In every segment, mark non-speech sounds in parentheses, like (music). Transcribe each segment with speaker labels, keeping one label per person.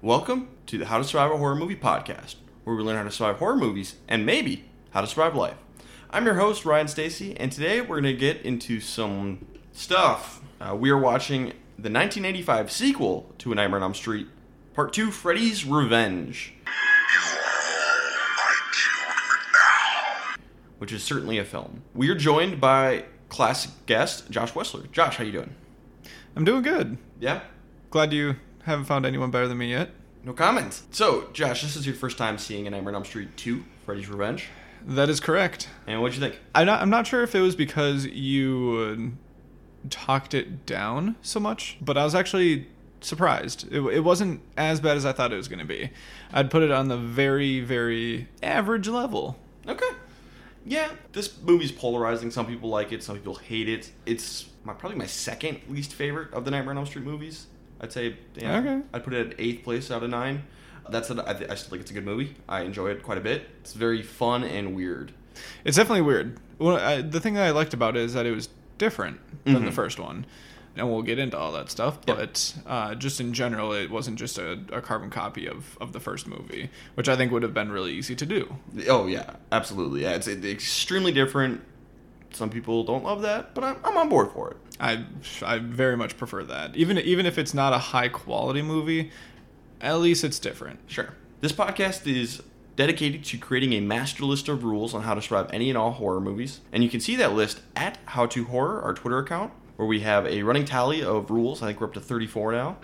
Speaker 1: Welcome to the How to Survive a Horror Movie podcast, where we learn how to survive horror movies and maybe how to survive life. I'm your host, Ryan Stacy, and today we're going to get into some stuff. Uh, we are watching the 1985 sequel to A Nightmare on Elm Street, Part 2 Freddy's Revenge, which is certainly a film. We are joined by classic guest, Josh Wessler. Josh, how you doing?
Speaker 2: I'm doing good.
Speaker 1: Yeah?
Speaker 2: Glad you haven't found anyone better than me yet.
Speaker 1: No comments. So, Josh, this is your first time seeing A Nightmare on Elm Street 2, Freddy's Revenge.
Speaker 2: That is correct.
Speaker 1: And what'd you think?
Speaker 2: I'm not. I'm not sure if it was because you uh, talked it down so much, but I was actually surprised. It, it wasn't as bad as I thought it was going to be. I'd put it on the very, very average level.
Speaker 1: Okay. Yeah, this movie's polarizing. Some people like it, some people hate it. It's my, probably my second least favorite of the Nightmare on Elm Street movies. I'd say, yeah,
Speaker 2: Okay.
Speaker 1: I'd put it at eighth place out of nine. That's it. I, th- I still think it's a good movie. I enjoy it quite a bit. It's very fun and weird.
Speaker 2: It's definitely weird. Well, I, the thing that I liked about it is that it was different than the
Speaker 1: Mhm.
Speaker 2: first one. And we'll get into all that stuff,
Speaker 1: Yep.
Speaker 2: but uh, just in general, it wasn't just a, a carbon copy of, of the first movie, which I think would have been really easy to do.
Speaker 1: Oh yeah, absolutely. Yeah, it's, it's extremely different. Some people don't love that, but I'm, I'm on board for it.
Speaker 2: I I very much prefer that. Even even if it's not a high quality movie, at least it's different.
Speaker 1: Sure. This podcast is dedicated to creating a master list of rules on how to survive any and all horror movies. And you can see that list at How to Horror, our Twitter account, where we have a running tally of rules. I think we're up to 34 now.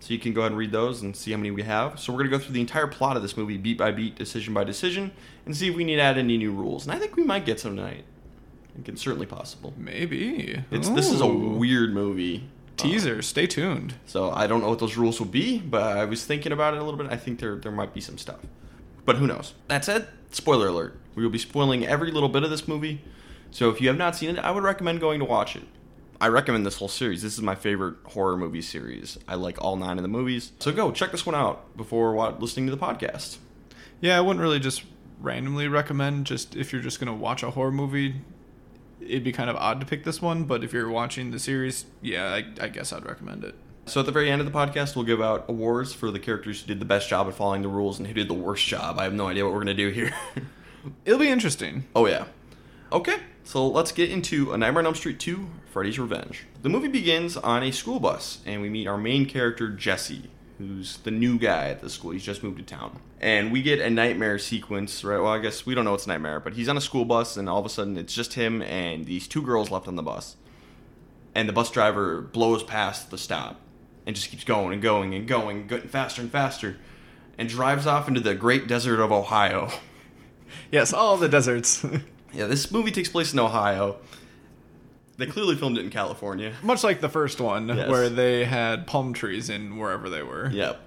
Speaker 1: So you can go ahead and read those and see how many we have. So we're going to go through the entire plot of this movie, beat by beat, decision by decision, and see if we need to add any new rules. And I think we might get some tonight. It's certainly possible.
Speaker 2: Maybe
Speaker 1: It's this is a
Speaker 2: Ooh.
Speaker 1: weird movie. Uh,
Speaker 2: teaser. Stay tuned.
Speaker 1: so I don't know what those rules will be, but I was thinking about it a little bit. I think there there might be some stuff, but who knows? That said, spoiler alert: we will be spoiling every little bit of this movie. So if you have not seen it, I would recommend going to watch it. I recommend this whole series. This is my favorite horror movie series. I like all nine of the movies. So go check this one out before wa- listening to the podcast.
Speaker 2: Yeah, I wouldn't really just randomly recommend. Just if you're just gonna watch a horror movie, it'd be kind of odd to pick this one. But if you're watching the series, yeah, I, I guess I'd recommend it.
Speaker 1: So at the very end of the podcast, we'll give out awards for the characters who did the best job at following the rules and who did the worst job. I have no idea what we're gonna do here. (laughs)
Speaker 2: It'll be interesting.
Speaker 1: Oh yeah. Okay, so let's get into A Nightmare on Elm Street 2: Freddy's Revenge. The movie begins on a school bus, and we meet our main character Jesse, who's the new guy at the school. He's just moved to town, and we get a nightmare sequence. Right? Well, I guess we don't know it's a nightmare, but he's on a school bus, and all of a sudden it's just him and these two girls left on the bus, and the bus driver blows past the stop, and just keeps going and going and going, getting faster and faster, and drives off into the great desert of Ohio. (laughs)
Speaker 2: Yes, all the deserts, (laughs)
Speaker 1: Yeah, this movie takes place in Ohio. They clearly filmed it in California.
Speaker 2: much like the first one
Speaker 1: Yes.
Speaker 2: where they had palm trees in wherever they were.
Speaker 1: Yep.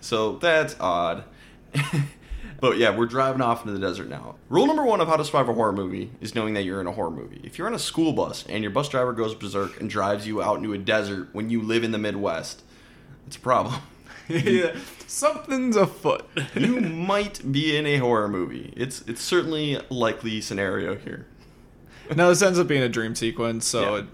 Speaker 1: So that's odd. (laughs) but yeah, we're driving off into the desert now. Rule number one of how to survive a horror movie is knowing that you're in a horror movie. If you're on a school bus and your bus driver goes berserk and drives you out into a desert when you live in the Midwest, it's a problem.
Speaker 2: (laughs)
Speaker 1: (laughs)
Speaker 2: yeah, something's (laughs) afoot.
Speaker 1: you might be in a horror movie. It's it's certainly a likely scenario here.
Speaker 2: no, this ends up being a dream sequence, so
Speaker 1: Yeah.
Speaker 2: it,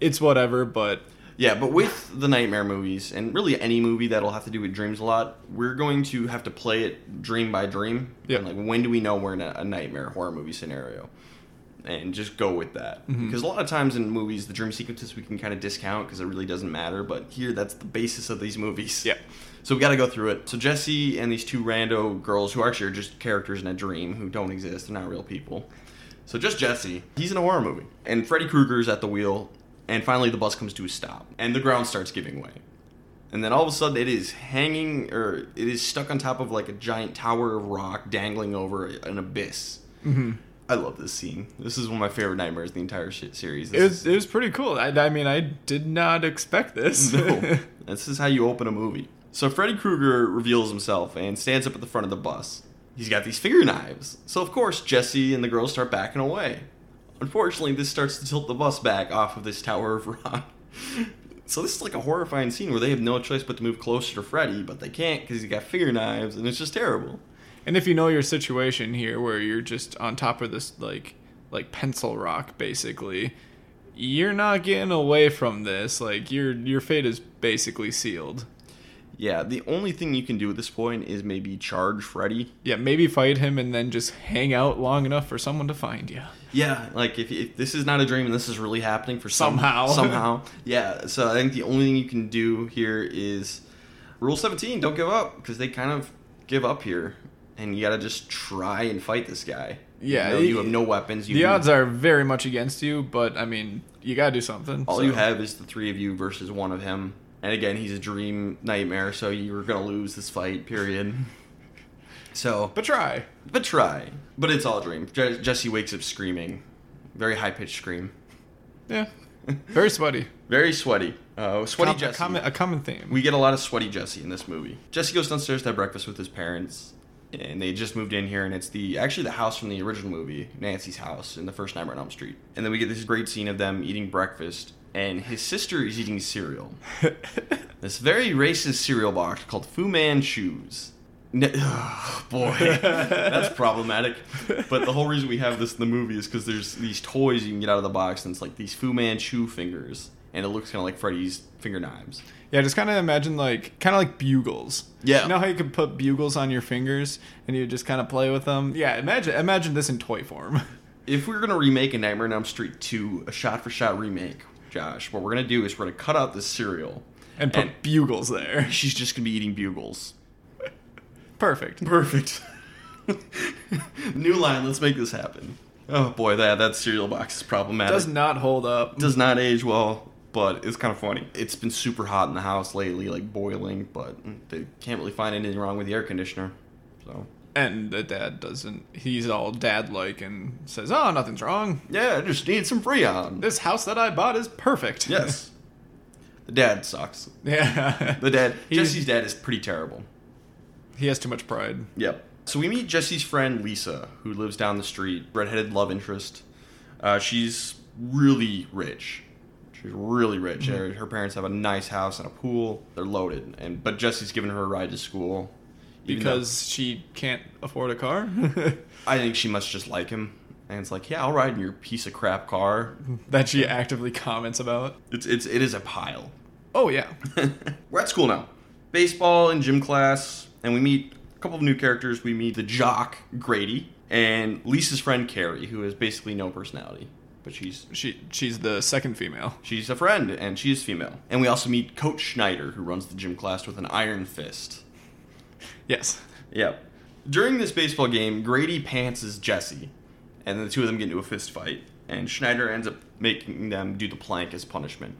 Speaker 2: it's whatever. But
Speaker 1: Yeah, but with the nightmare movies and really any movie that'll have to do with dreams a lot, we're going to have to play it dream by dream.
Speaker 2: Yeah.
Speaker 1: And, Like when do we know we're in a, a nightmare horror movie scenario? And just go with that
Speaker 2: Mm-hmm.
Speaker 1: because a lot of times in movies the dream sequences we can kind of discount because it really doesn't matter. But here that's the basis of these movies.
Speaker 2: Yeah.
Speaker 1: So we got to go through it. So Jesse and these two rando girls who actually are just characters in a dream who don't exist. They're not real people. So just Jesse, he's in a horror movie, and Freddy Krueger's at the wheel, and finally the bus comes to a stop, and the ground starts giving way, and then all of a sudden it is hanging or it is stuck on top of like a giant tower of rock dangling over an abyss.
Speaker 2: Mm-hmm.
Speaker 1: I love this scene. This is one of my favorite nightmares in the entire shit series.
Speaker 2: it
Speaker 1: This
Speaker 2: was it was pretty cool. I, I mean, I did not expect (laughs) this.
Speaker 1: no. (laughs) this is how you open a movie. So Freddy Krueger reveals himself and stands up at the front of the bus. He's got these finger knives. So of course Jesse and the girls start backing (laughs) away. Unfortunately, this starts to tilt the bus back off of this tower of rock. So this is like a horrifying scene where they have no choice but to move closer to Freddy, but they can't because he's got finger knives, and it's just terrible.
Speaker 2: And if you know your situation here, where you're just on top of this like like pencil rock, basically, you're not getting away from this. Like your your fate is basically sealed.
Speaker 1: Yeah, the only thing you can do at this point is maybe charge Freddy.
Speaker 2: Yeah, maybe fight him and then just hang out long enough for someone to find you.
Speaker 1: Yeah, like if, if this is not a dream and this is really happening for some-
Speaker 2: Somehow.
Speaker 1: (laughs) somehow, yeah. So I think the only thing you can do here is rule seventeen: don't give up because they kind of give up here, and you got to just try and fight this guy.
Speaker 2: Yeah,
Speaker 1: you, know, you have no weapons. You
Speaker 2: The odds are very much against you, but I mean, you gotta do something.
Speaker 1: all
Speaker 2: so.
Speaker 1: you have is the three of you versus one of him, and again, he's a dream nightmare. So you're gonna lose this fight.
Speaker 2: (laughs)
Speaker 1: Period. so
Speaker 2: But try.
Speaker 1: But try. But it's all a dream. Je- Jesse wakes up screaming. Very high pitched scream.
Speaker 2: Yeah. Very sweaty.
Speaker 1: Very sweaty. Uh, sweaty
Speaker 2: Com-
Speaker 1: Jesse.
Speaker 2: A common, a common theme.
Speaker 1: We get a lot of sweaty Jesse in this movie. Jesse goes downstairs to have breakfast with his parents, and they just moved in here, and it's the actually the house from the original movie, Nancy's house, in the first Nightmare on Elm Street. And then we get this great scene of them eating breakfast, and his sister is eating cereal. (laughs) this very racist cereal box called Fu Manchus. No, (sighs) oh, boy, that's problematic. But the whole reason we have this in the movie is because there's these toys you can get out of the box, and it's like these Fu Manchu fingers, and it looks kind of like Freddy's finger knives.
Speaker 2: Yeah, just kind of imagine like kind of like bugles.
Speaker 1: Yeah.
Speaker 2: You know how you could put bugles on your fingers and you just kind of play with them. Yeah, imagine imagine this in toy form. (laughs)
Speaker 1: If we we're gonna remake a Nightmare on Elm Street 2, a shot for shot remake, Josh, what we're gonna do is we're gonna cut out this cereal,
Speaker 2: And put
Speaker 1: And-
Speaker 2: bugles there. (laughs)
Speaker 1: she's just gonna be eating bugles.
Speaker 2: Perfect.
Speaker 1: Perfect. (laughs) New line. Let's make this happen. Oh boy, that that cereal box is problematic.
Speaker 2: Does not hold up.
Speaker 1: does not age well, but it's kind of funny. It's been super hot in the house lately, like boiling, but they can't really find anything wrong with the air conditioner. So
Speaker 2: And the dad doesn't. He's all dad like and says, "Oh, nothing's wrong.
Speaker 1: yeah, I just need some Freon.
Speaker 2: This house that I bought is perfect."
Speaker 1: (laughs) Yes, the dad sucks.
Speaker 2: (laughs) yeah.
Speaker 1: The dad,
Speaker 2: He's-
Speaker 1: Jesse's dad, is pretty terrible.
Speaker 2: He has too much pride.
Speaker 1: Yep. So we meet Jesse's friend Lisa, who lives down the street, redheaded love interest. Uh, she's really rich. She's really rich. Her, her parents have a nice house and a pool. They're loaded, and but Jesse's giving her a ride to school even though-
Speaker 2: Because she can't afford a car. (laughs)
Speaker 1: I think she must just like him. And it's like, yeah, I'll ride in your piece of crap car.
Speaker 2: that she actively comments about.
Speaker 1: It's it's it is a pile. (laughs)
Speaker 2: Oh yeah.
Speaker 1: We're at school now. Baseball and gym class, and we meet a couple of new characters. We meet the jock Grady and Lisa's friend Carrie, who has basically no personality, but she's
Speaker 2: She she's the second female.
Speaker 1: she's a friend and she is female. And we also meet Coach Schneider, who runs the gym class with an iron fist.
Speaker 2: Yes.
Speaker 1: Yep. During this baseball game, Grady pantses Jesse, and the two of them get into a fist fight, and Schneider ends up making them do the plank as punishment.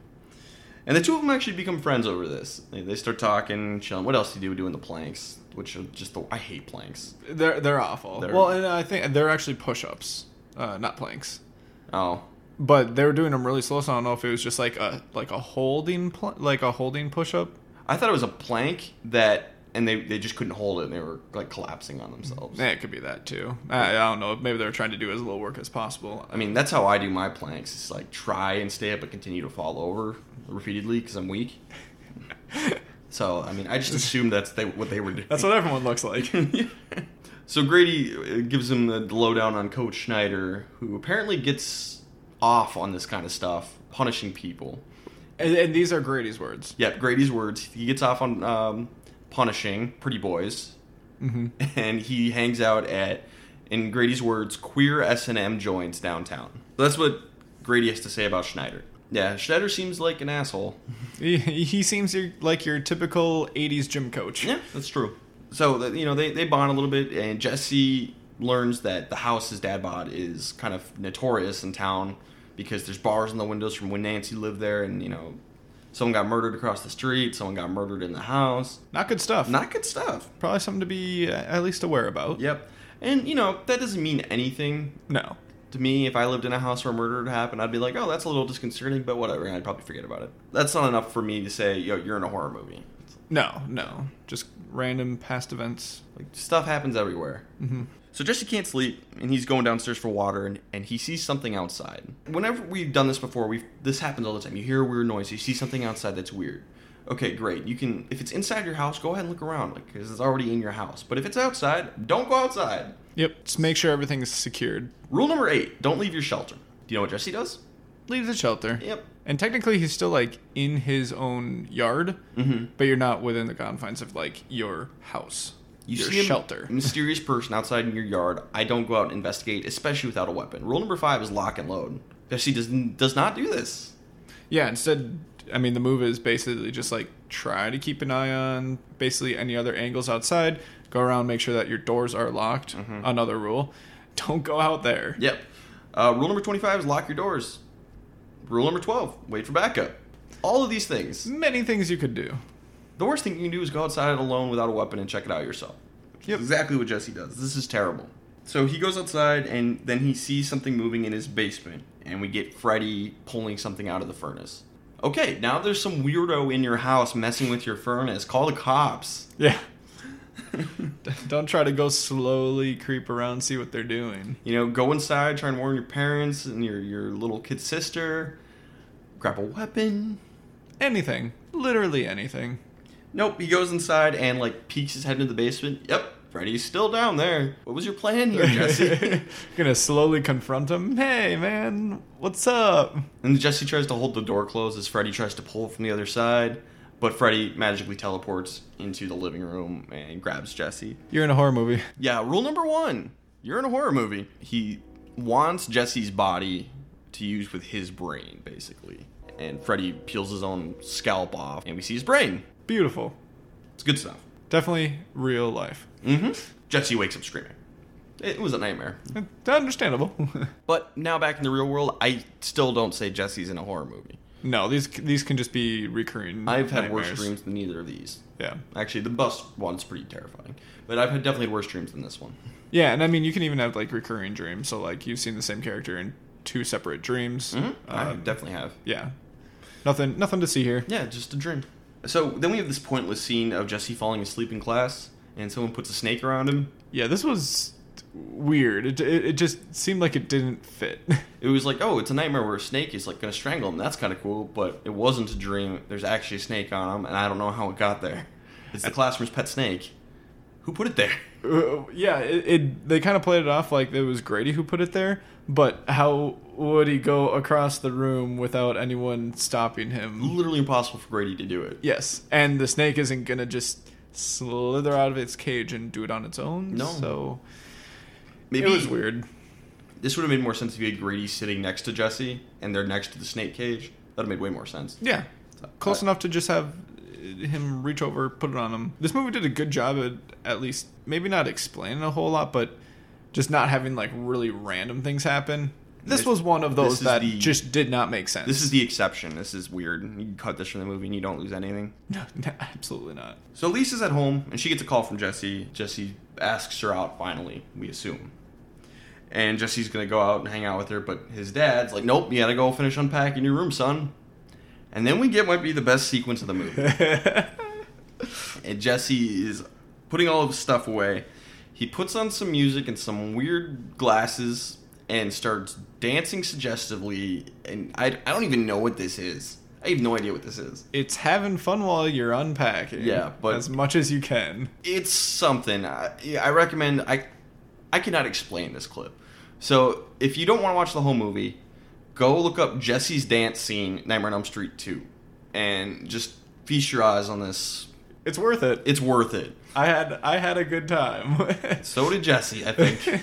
Speaker 1: And the two of them actually become friends over this. They- They start talking, chilling. What else do you do doing the planks? Which are just the I hate planks.
Speaker 2: They're they're awful.
Speaker 1: They're-
Speaker 2: well, and I think they're actually push-ups, uh, not planks.
Speaker 1: Oh,
Speaker 2: But they were doing them really slow, so I don't know if it was just like a like a holding pl- like a holding push-up.
Speaker 1: I thought it was a plank that, and they they just couldn't hold it, and they were like collapsing on themselves.
Speaker 2: Yeah, Eh, it could be that too. I, I don't know. Maybe they were trying to do as little work as possible. (laughs)
Speaker 1: I mean, that's how I do my planks. It's like try and stay up, but continue to fall over repeatedly because I'm weak. so, I mean, I just assumed that's they, what they were doing.
Speaker 2: That's what everyone looks like. (laughs)
Speaker 1: (laughs) so Grady uh, gives him the lowdown on Coach Schneider, who apparently gets off on this kind of stuff, punishing people.
Speaker 2: and, and these are Grady's words.
Speaker 1: Yep, Grady's words. He gets off on um, punishing pretty boys,
Speaker 2: Mm-hmm.
Speaker 1: (laughs) and he hangs out at, in Grady's words, queer S and M joints downtown. That's what Grady has to say about Schneider. Yeah, Schneider seems like an asshole.
Speaker 2: He, he seems your, like your typical '80s gym coach.
Speaker 1: Yeah, that's true. So that you know they they bond a little bit, and Jesse learns that the house his dad bought is kind of notorious in town because there's bars in the windows from when Nancy lived there, and you know. Someone got murdered across the street. Someone got murdered in the house.
Speaker 2: Not good stuff.
Speaker 1: Not good stuff.
Speaker 2: Probably something to be uh, at least aware about.
Speaker 1: Yep. And, you know, that doesn't mean anything
Speaker 2: No.
Speaker 1: to me, if I lived in a house where murder had happened, I'd be like, oh, that's a little disconcerting, but whatever. And I'd probably forget about it. That's not enough for me to say, yo, you're in a horror movie.
Speaker 2: No, no. Just random past events.
Speaker 1: Like, stuff happens everywhere.
Speaker 2: hmm
Speaker 1: So Jesse can't sleep, and he's going downstairs for water, and, and he sees something outside. Whenever we've done this before, we have this happens all the time. You hear a weird noise, you see something outside that's weird. Okay, great. You can if it's inside your house, go ahead and look around, like because it's already in your house. But if it's outside, don't go outside.
Speaker 2: Yep. Just make sure everything's secured.
Speaker 1: Rule number eight: don't leave your shelter. Do you know what Jesse does?
Speaker 2: Leave the shelter.
Speaker 1: Yep.
Speaker 2: And technically, he's still like in his own yard,
Speaker 1: Mm-hmm.
Speaker 2: but you're not within the confines of like your house,
Speaker 1: You
Speaker 2: your
Speaker 1: see a
Speaker 2: shelter.
Speaker 1: (laughs) mysterious person outside in your yard. I don't go out and investigate, especially without a weapon. Rule number five is lock and load. Jesse does does not do this.
Speaker 2: Yeah, instead, I mean, the move is basically just like try to keep an eye on basically any other angles outside. Go around, make sure that your doors are locked.
Speaker 1: Mm-hmm.
Speaker 2: Another rule: (laughs) don't go out there.
Speaker 1: Yep. Uh, rule number twenty-five is lock your doors. Rule number twelve: wait for backup. All of these things.
Speaker 2: Many things you could do.
Speaker 1: The worst thing you can do is go outside alone without a weapon and check it out yourself. Which is
Speaker 2: Yep.
Speaker 1: exactly what Jesse does. This is terrible. So he goes outside and then he sees something moving in his basement, and we get Freddy pulling something out of the furnace. Okay, now there's some weirdo in your house messing with your furnace. Call the cops.
Speaker 2: Yeah. (laughs) don't try to go slowly creep around, see what they're doing.
Speaker 1: You know, go inside, try and warn your parents and your, your little kid sister. Grab a weapon.
Speaker 2: Anything, literally anything.
Speaker 1: Nope, he goes inside and like peeks his head into the basement. Yep, Freddy's still down there. What was your plan here, Jesse?
Speaker 2: (laughs)
Speaker 1: (laughs)
Speaker 2: Gonna slowly confront him. Hey, man, what's up?
Speaker 1: And Jesse tries to hold the door closed as Freddy tries to pull from the other side, but Freddy magically teleports into the living room and grabs Jesse.
Speaker 2: You're in a horror movie.
Speaker 1: Yeah, rule number one you're in a horror movie. He wants Jesse's body to use with his brain, basically. And Freddy peels his own scalp off, and we see his brain.
Speaker 2: Beautiful.
Speaker 1: It's good stuff.
Speaker 2: Definitely real life.
Speaker 1: Mm hmm. Jesse wakes up screaming. It was a nightmare.
Speaker 2: Uh, Understandable. (laughs)
Speaker 1: But now back in the real world, I still don't say Jesse's in a horror movie.
Speaker 2: no, these these can just be recurring.
Speaker 1: I've had worse
Speaker 2: nightmares.
Speaker 1: dreams than either of these.
Speaker 2: Yeah,
Speaker 1: Actually, the bus one's pretty terrifying, but I've had definitely worse dreams than this one.
Speaker 2: yeah, and I mean you can even have like recurring dreams. So like you've seen the same character in two separate dreams.
Speaker 1: Hmm? Mm-hmm. I
Speaker 2: Um,
Speaker 1: definitely have.
Speaker 2: yeah, nothing nothing to see here.
Speaker 1: Uh, Yeah, just a dream. So then we have this pointless scene of Jesse falling asleep in class, and someone puts a snake around him.
Speaker 2: Yeah, this was weird. It it, it just seemed like it didn't fit. (laughs)
Speaker 1: It was like, oh, it's a nightmare where a snake is like gonna strangle him. That's kind of cool, but it wasn't a dream. There's actually a snake on him, and I don't know how it got there. It's the classroom's pet snake. Who put it there? (laughs)
Speaker 2: Uh, yeah, it, it they kind of played it off like it was Grady who put it there, but how would he go across the room without anyone stopping him?
Speaker 1: Literally impossible for Grady to do it.
Speaker 2: Yes, and the snake isn't gonna just slither out of its cage and do it on its own.
Speaker 1: No.
Speaker 2: so
Speaker 1: Maybe
Speaker 2: it was weird.
Speaker 1: This would have made more sense if you had Grady sitting next to Jesse, and they're next to the snake cage. That'd have made way more sense.
Speaker 2: Yeah,
Speaker 1: So,
Speaker 2: close
Speaker 1: uh,
Speaker 2: enough to just have uh, him reach over, put it on him. This movie did a good job at at least maybe not explaining a whole lot, but just not having like really random things happen. This,
Speaker 1: This-
Speaker 2: was one of
Speaker 1: this
Speaker 2: those
Speaker 1: is
Speaker 2: that
Speaker 1: the-
Speaker 2: just did not make sense.
Speaker 1: This is the exception. This is weird. You can cut this from the movie and you don't lose anything.
Speaker 2: No, (laughs) no,
Speaker 1: (laughs)
Speaker 2: absolutely not.
Speaker 1: So Lisa's at home and she gets a call from Jesse. Jesse asks her out finally, we assume. And Jesse's gonna go out and hang out with her, but his dad's like, Nope, you gotta go finish unpacking your room, son. And then we get what might be the best sequence of the movie. and Jesse is putting all of his stuff away. He puts on some music and some weird glasses and starts dancing suggestively. And I, I don't even know what this is. I have no idea what this is.
Speaker 2: it's having fun while you're unpacking.
Speaker 1: Yeah, but-
Speaker 2: as much as you can.
Speaker 1: It's something. I, yeah, I recommend. I I cannot explain this clip. So if you don't want to watch the whole movie, go look up Jesse's dance scene, Nightmare on Elm Street two, and just feast your eyes on this.
Speaker 2: It's worth it.
Speaker 1: It's worth it.
Speaker 2: I had I had a good time. (laughs)
Speaker 1: So did Jesse. I think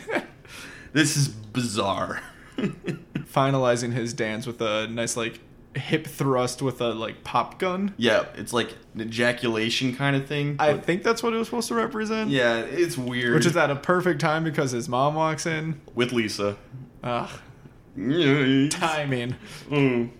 Speaker 1: this is bizarre. (laughs)
Speaker 2: Finalizing his dance with a nice like hip thrust with a like pop gun.
Speaker 1: Yeah, it's like an ejaculation kind of thing.
Speaker 2: I
Speaker 1: but-
Speaker 2: think that's what it was supposed to represent.
Speaker 1: yeah, it's weird.
Speaker 2: Which is at a perfect time because his mom walks in.
Speaker 1: with Lisa. (laughs)
Speaker 2: Ugh, timing.
Speaker 1: Mm.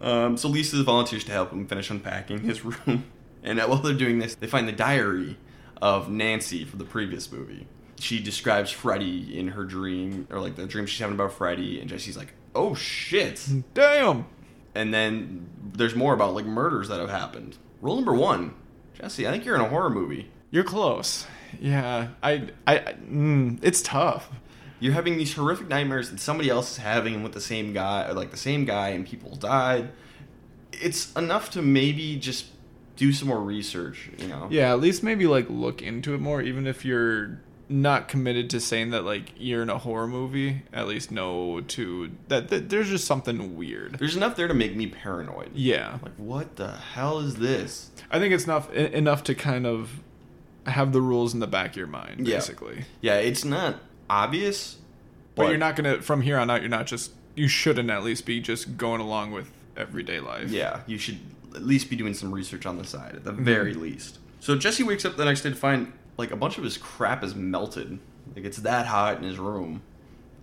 Speaker 1: um, so Lisa volunteers to help him finish unpacking his room, (laughs) and while they're doing this, they find the diary of Nancy from the previous movie. She describes Freddy in her dream, or like the dream she's having about Freddy, and Jesse's like, "Oh shit!"
Speaker 2: Damn.
Speaker 1: And then there's more about like murders that have happened. Rule number one, Jesse, I think you're in a horror movie.
Speaker 2: You're close. yeah, I, I, I- mm, it's tough.
Speaker 1: You're having these horrific nightmares that somebody else is having with the same guy, or like the same guy, and people died. It's enough to maybe just do some more research, you know?
Speaker 2: Yeah, at least maybe like look into it more, even if you're not committed to saying that like you're in a horror movie. At least know to that, that there's just something weird.
Speaker 1: There's enough there to make me paranoid.
Speaker 2: Yeah,
Speaker 1: Like, what the hell is this?
Speaker 2: I think it's enough e- enough to kind of have the rules in the back of your mind,
Speaker 1: Yeah.
Speaker 2: basically.
Speaker 1: Yeah, it's not obvious,
Speaker 2: But you're not gonna from here on out. You're not just you shouldn't at least be just going along with everyday life.
Speaker 1: Yeah, you should at least be doing some research on the side, at the
Speaker 2: Mm-hmm.
Speaker 1: very least. So Jesse wakes up the next day to find like a bunch of his crap is melted. Like it's that hot in his room.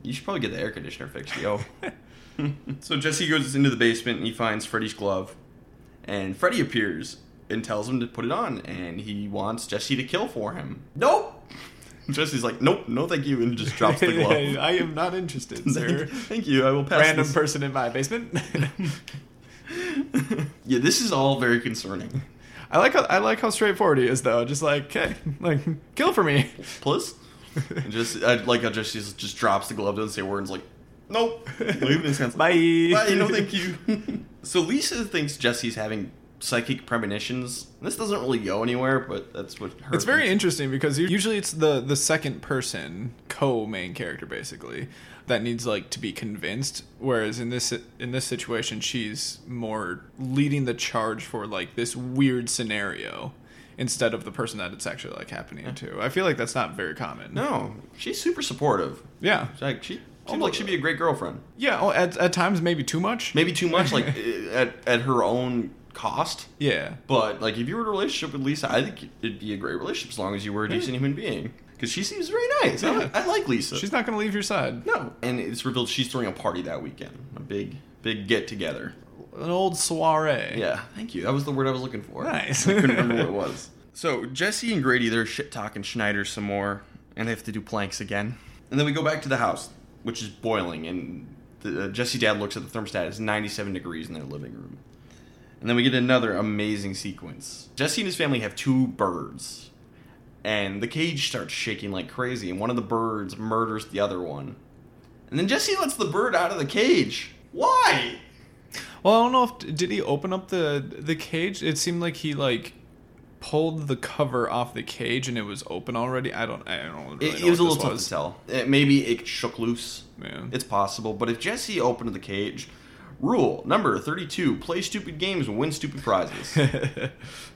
Speaker 1: You should probably get the air conditioner fixed,
Speaker 2: (laughs)
Speaker 1: yo. (laughs) so Jesse goes into the basement and he finds Freddy's glove, and Freddy appears and tells him to put it on, and he wants Jesse to kill for him. Nope. (laughs) Jesse's like, nope, no, thank you, and just drops
Speaker 2: (laughs)
Speaker 1: the glove.
Speaker 2: I am not
Speaker 1: (laughs)
Speaker 2: interested,
Speaker 1: Thank,
Speaker 2: sir.
Speaker 1: thank you. I will pass.
Speaker 2: Random
Speaker 1: this.
Speaker 2: person in my basement. (laughs)
Speaker 1: (laughs) yeah, this is all very concerning.
Speaker 2: I like how I like how straightforward he is though. Just like, okay, like kill for me.
Speaker 1: Plus, and just I, like how just just just drops the glove, doesn't say a word, and's like,
Speaker 2: (laughs)
Speaker 1: nope. Leave this hand's like,
Speaker 2: Bye.
Speaker 1: (laughs) Bye. No, thank you. so Lisa thinks Jesse's having psychic premonitions. This doesn't really go anywhere, but that's what her.
Speaker 2: It's very
Speaker 1: thinks.
Speaker 2: interesting because u- usually it's the the second person co main character basically that needs like to be convinced. Whereas in this in this situation, she's more leading the charge for like this weird scenario instead of the person that it's actually like happening to. I feel like that's not very common.
Speaker 1: No, she's super supportive.
Speaker 2: Yeah.
Speaker 1: Like she seems
Speaker 2: Oh,
Speaker 1: like she'd be a great girlfriend.
Speaker 2: Yeah. Oh, at at times maybe too much.
Speaker 1: Maybe too much,
Speaker 2: (laughs)
Speaker 1: like eh, at at her own cost.
Speaker 2: Yeah.
Speaker 1: But like, if you were in a relationship with Lisa, I think it'd be a great relationship as long as you were a decent human being. Because she seems very nice. I,
Speaker 2: Yeah.
Speaker 1: like, I like Lisa.
Speaker 2: She's not gonna leave your side.
Speaker 1: No. And it's revealed she's throwing a party that weekend. A big, big get together.
Speaker 2: An old soiree.
Speaker 1: Yeah, thank you. That was the word I was looking for. (laughs)
Speaker 2: Nice.
Speaker 1: I couldn't remember what it was. So Jesse and Grady, they're shit talking Schneider some more, and they have to do planks again. And then we go back to the house, which is boiling, and the, uh, Jesse dad looks at the thermostat. It's 97 degrees in their living room. And then we get another amazing sequence. Jesse and his family have two birds, and the cage starts shaking like crazy, and one of the birds murders the other one. And then Jesse lets the bird out of the cage. Why?
Speaker 2: Well, I don't know if did he open up the the cage. It seemed like he like pulled the cover off the cage and it was open already. I don't. I don't really
Speaker 1: It,
Speaker 2: know.
Speaker 1: it was a
Speaker 2: what
Speaker 1: little tough
Speaker 2: this
Speaker 1: to tell. It- maybe it shook loose.
Speaker 2: Man.
Speaker 1: It's possible. But if Jesse opened the cage, rule number 32 play stupid games and win stupid
Speaker 2: (laughs)
Speaker 1: prizes.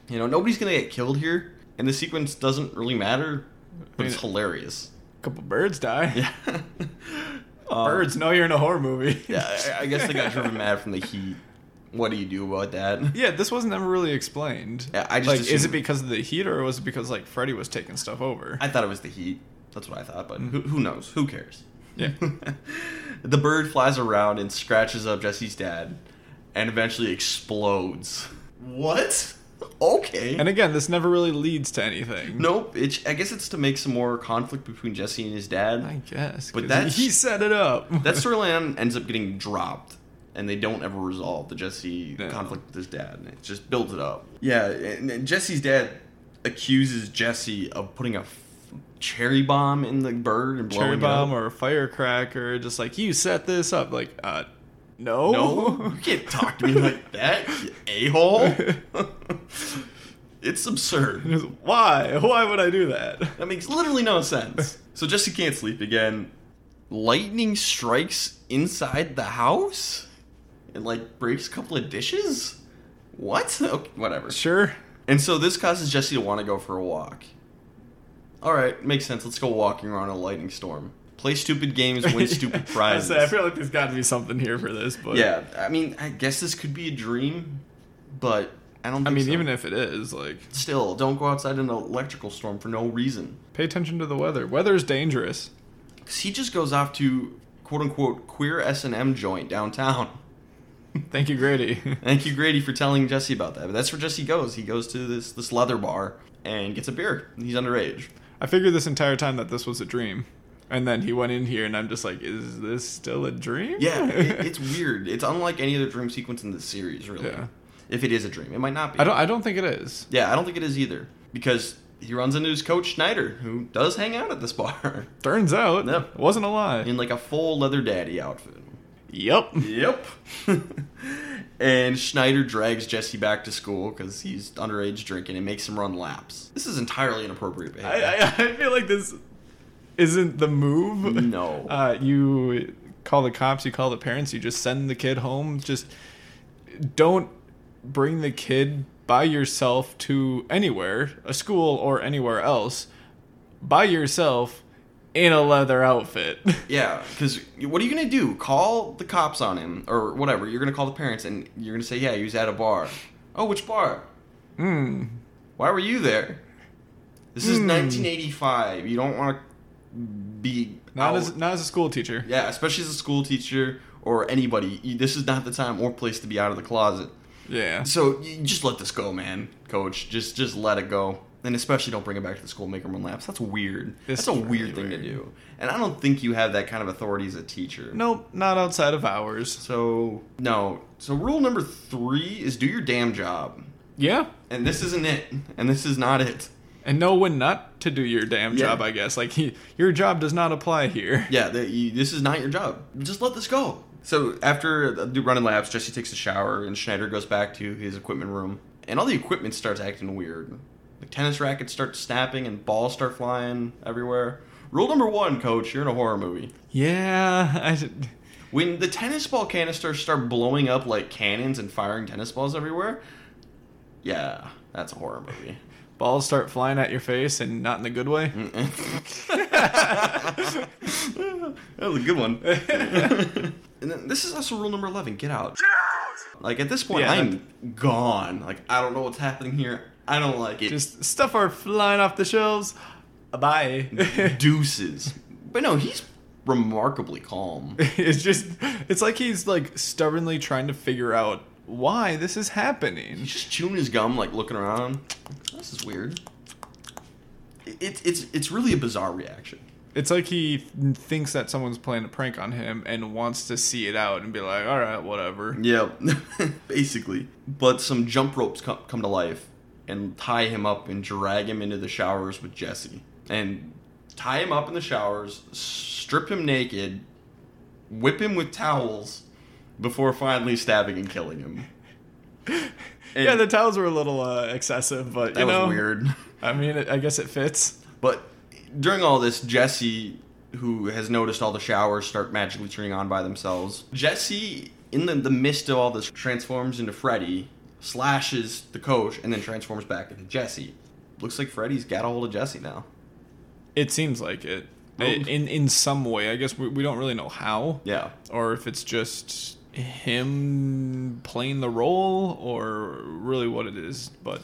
Speaker 1: you know, nobody's going to get killed here, and the sequence doesn't really matter, but it's
Speaker 2: Yeah.
Speaker 1: hilarious. (laughs)
Speaker 2: couple birds die.
Speaker 1: Yeah. Um,
Speaker 2: (laughs) Birds know you're in a horror movie.
Speaker 1: (laughs) Yeah, I, I guess they got
Speaker 2: (laughs)
Speaker 1: driven mad from the heat. What do you do about that?
Speaker 2: Yeah, this wasn't ever really explained.
Speaker 1: Yeah, I just
Speaker 2: like, is it
Speaker 1: assumed-
Speaker 2: because of the heat or was it because like Freddy was taking stuff over?
Speaker 1: I thought it was the heat. That's what I thought,
Speaker 2: Mm.
Speaker 1: but who, who knows? Who cares?
Speaker 2: (laughs) yeah,
Speaker 1: (laughs) the bird flies around and scratches up Jesse's dad and eventually explodes. What? Okay.
Speaker 2: and again, this never really leads to anything.
Speaker 1: nope. It's, I guess it's to make some more conflict between Jesse and his
Speaker 2: I
Speaker 1: dad.
Speaker 2: guess.
Speaker 1: But
Speaker 2: 'cause
Speaker 1: that's-
Speaker 2: he set it up.
Speaker 1: That storyline ends up getting dropped, and they don't ever resolve the Jesse
Speaker 2: No.
Speaker 1: conflict with his dad. and It just builds it up. Yeah, and, and Jesse's dad accuses Jesse of putting a f- cherry bomb in the bird and blowing
Speaker 2: cherry
Speaker 1: it
Speaker 2: bomb
Speaker 1: up.
Speaker 2: or a firecracker, just like you set this up. Like, uh, no,
Speaker 1: No, (laughs)
Speaker 2: (laughs)
Speaker 1: you can't talk to me like that, a hole. it's absurd.
Speaker 2: Why? Why would I do that?
Speaker 1: (laughs) That makes literally no sense. So Jesse can't sleep again. Lightning strikes inside the house and like breaks a couple of dishes. What? (laughs) Okay, whatever.
Speaker 2: Sure.
Speaker 1: And so this causes Jesse to want to go for a walk. All right, makes sense. Let's go walking around a lightning storm. Play stupid games, win stupid prizes.
Speaker 2: (laughs) I, say, I feel like there's got to be something here for this, but
Speaker 1: Yeah, I mean, I guess this could be a dream, but I don't. Think
Speaker 2: I mean,
Speaker 1: so.
Speaker 2: even if it is, like,
Speaker 1: still, don't go outside in an electrical storm for no reason.
Speaker 2: pay attention to the weather. Weather's dangerous. (laughs)
Speaker 1: Cause he just goes off to quote unquote queer S and M joint downtown. (laughs)
Speaker 2: Thank you, Grady. (laughs)
Speaker 1: Thank you, Grady, for telling Jesse about that. But that's where Jesse goes. He goes to this this leather bar and gets a beer. He's underage.
Speaker 2: I figured this entire time that this was a dream, and then he went in here, and I'm just like, is this still a dream?
Speaker 1: Yeah,
Speaker 2: (laughs)
Speaker 1: it, it's weird. It's unlike any other dream sequence in the series, really.
Speaker 2: Yeah.
Speaker 1: If it is a dream, it might not be.
Speaker 2: I don't. I don't think it is.
Speaker 1: Yeah, I don't think it is either. Because he runs into his coach Schneider, who does hang out at this bar (laughs)
Speaker 2: Turns out,
Speaker 1: Yeah.
Speaker 2: it wasn't a lie.
Speaker 1: in like a full leather daddy outfit.
Speaker 2: Yep.
Speaker 1: Yep. (laughs) and Schneider drags Jesse back to school because he's underage drinking and makes him run laps. This is entirely inappropriate
Speaker 2: I,
Speaker 1: behavior.
Speaker 2: I, (laughs) I feel like this isn't the move.
Speaker 1: (laughs) No.
Speaker 2: (laughs) Uh, you call the cops, you call the parents, you just send the kid home. Just don't bring the kid by yourself to anywhere, a school or anywhere else, by yourself in a leather outfit. (laughs)
Speaker 1: Yeah, because what are you gonna do? Call the cops on him or whatever? You're gonna call the parents and you're gonna say, "Yeah, he was at a bar." Oh, which bar?
Speaker 2: Hmm.
Speaker 1: Why were you there? This is
Speaker 2: Hmm.
Speaker 1: 1985. You don't want to be
Speaker 2: Not
Speaker 1: out-
Speaker 2: as not as a school teacher.
Speaker 1: yeah, especially as a school teacher or anybody. You, this is not the time or place to be out of the closet.
Speaker 2: Yeah.
Speaker 1: So you just let this go, man, coach. Just just let it go. And especially don't bring it back to the school, make them run laps. That's weird.
Speaker 2: It's
Speaker 1: That's a
Speaker 2: really
Speaker 1: weird thing to
Speaker 2: weird.
Speaker 1: do. And I don't think you have that kind of authority as a teacher.
Speaker 2: Nope, not outside of hours.
Speaker 1: So no. So rule number three is do your damn job.
Speaker 2: Yeah.
Speaker 1: And this isn't it. And this is not it.
Speaker 2: And know when not to do your damn
Speaker 1: Yeah.
Speaker 2: job, I guess. Like (laughs) he, your job does not apply here.
Speaker 1: Yeah, the, you, this is not your job. Just let this go. So after the running laps, Jesse takes a shower and Schneider goes back to his equipment room, and all the equipment starts acting weird. The tennis rackets start snapping and balls start flying everywhere. Rule number one, coach, you're in a horror movie.
Speaker 2: Yeah, (laughs) I did-
Speaker 1: When the tennis ball canisters start blowing up like cannons and firing tennis balls everywhere, yeah, that's a horror movie.
Speaker 2: balls start flying at your face and not in the good way.
Speaker 1: that was a good one. (laughs) and then this is also rule number 11 get out. Like at this point,
Speaker 2: Yeah.
Speaker 1: I'm gone. Like I don't know what's happening here. I don't like it.
Speaker 2: Just stuff are flying off the shelves. Bye.
Speaker 1: (laughs) deuces. But no, he's remarkably calm.
Speaker 2: (laughs) it's just it's like he's like stubbornly trying to figure out why this is happening.
Speaker 1: He's just chewing his gum, like looking around. This is weird. It- It's it's it's really a bizarre reaction.
Speaker 2: It's like he thinks that someone's playing a prank on him and wants to see it out and be like, "All right, whatever."
Speaker 1: Yep, (laughs) basically. But some jump ropes come, come to life and tie him up and drag him into the showers with Jesse. And tie him up in the showers, strip him naked, whip him with towels before finally stabbing and killing him. And
Speaker 2: (laughs) yeah, the towels were a little uh, excessive, but
Speaker 1: that
Speaker 2: you
Speaker 1: was
Speaker 2: know,
Speaker 1: weird. (laughs)
Speaker 2: I mean, I guess it fits.
Speaker 1: But during all this, Jesse, who has noticed all the showers start magically turning on by themselves, Jesse, in the, the midst of all this, transforms into Freddy, slashes the coach, and then transforms back into Jesse. Looks like Freddy's got a hold of Jesse now.
Speaker 2: It seems like it.
Speaker 1: Well-
Speaker 2: in in some way, I guess we, we don't really know how.
Speaker 1: Yeah.
Speaker 2: or if it's just him playing the role or really what it is but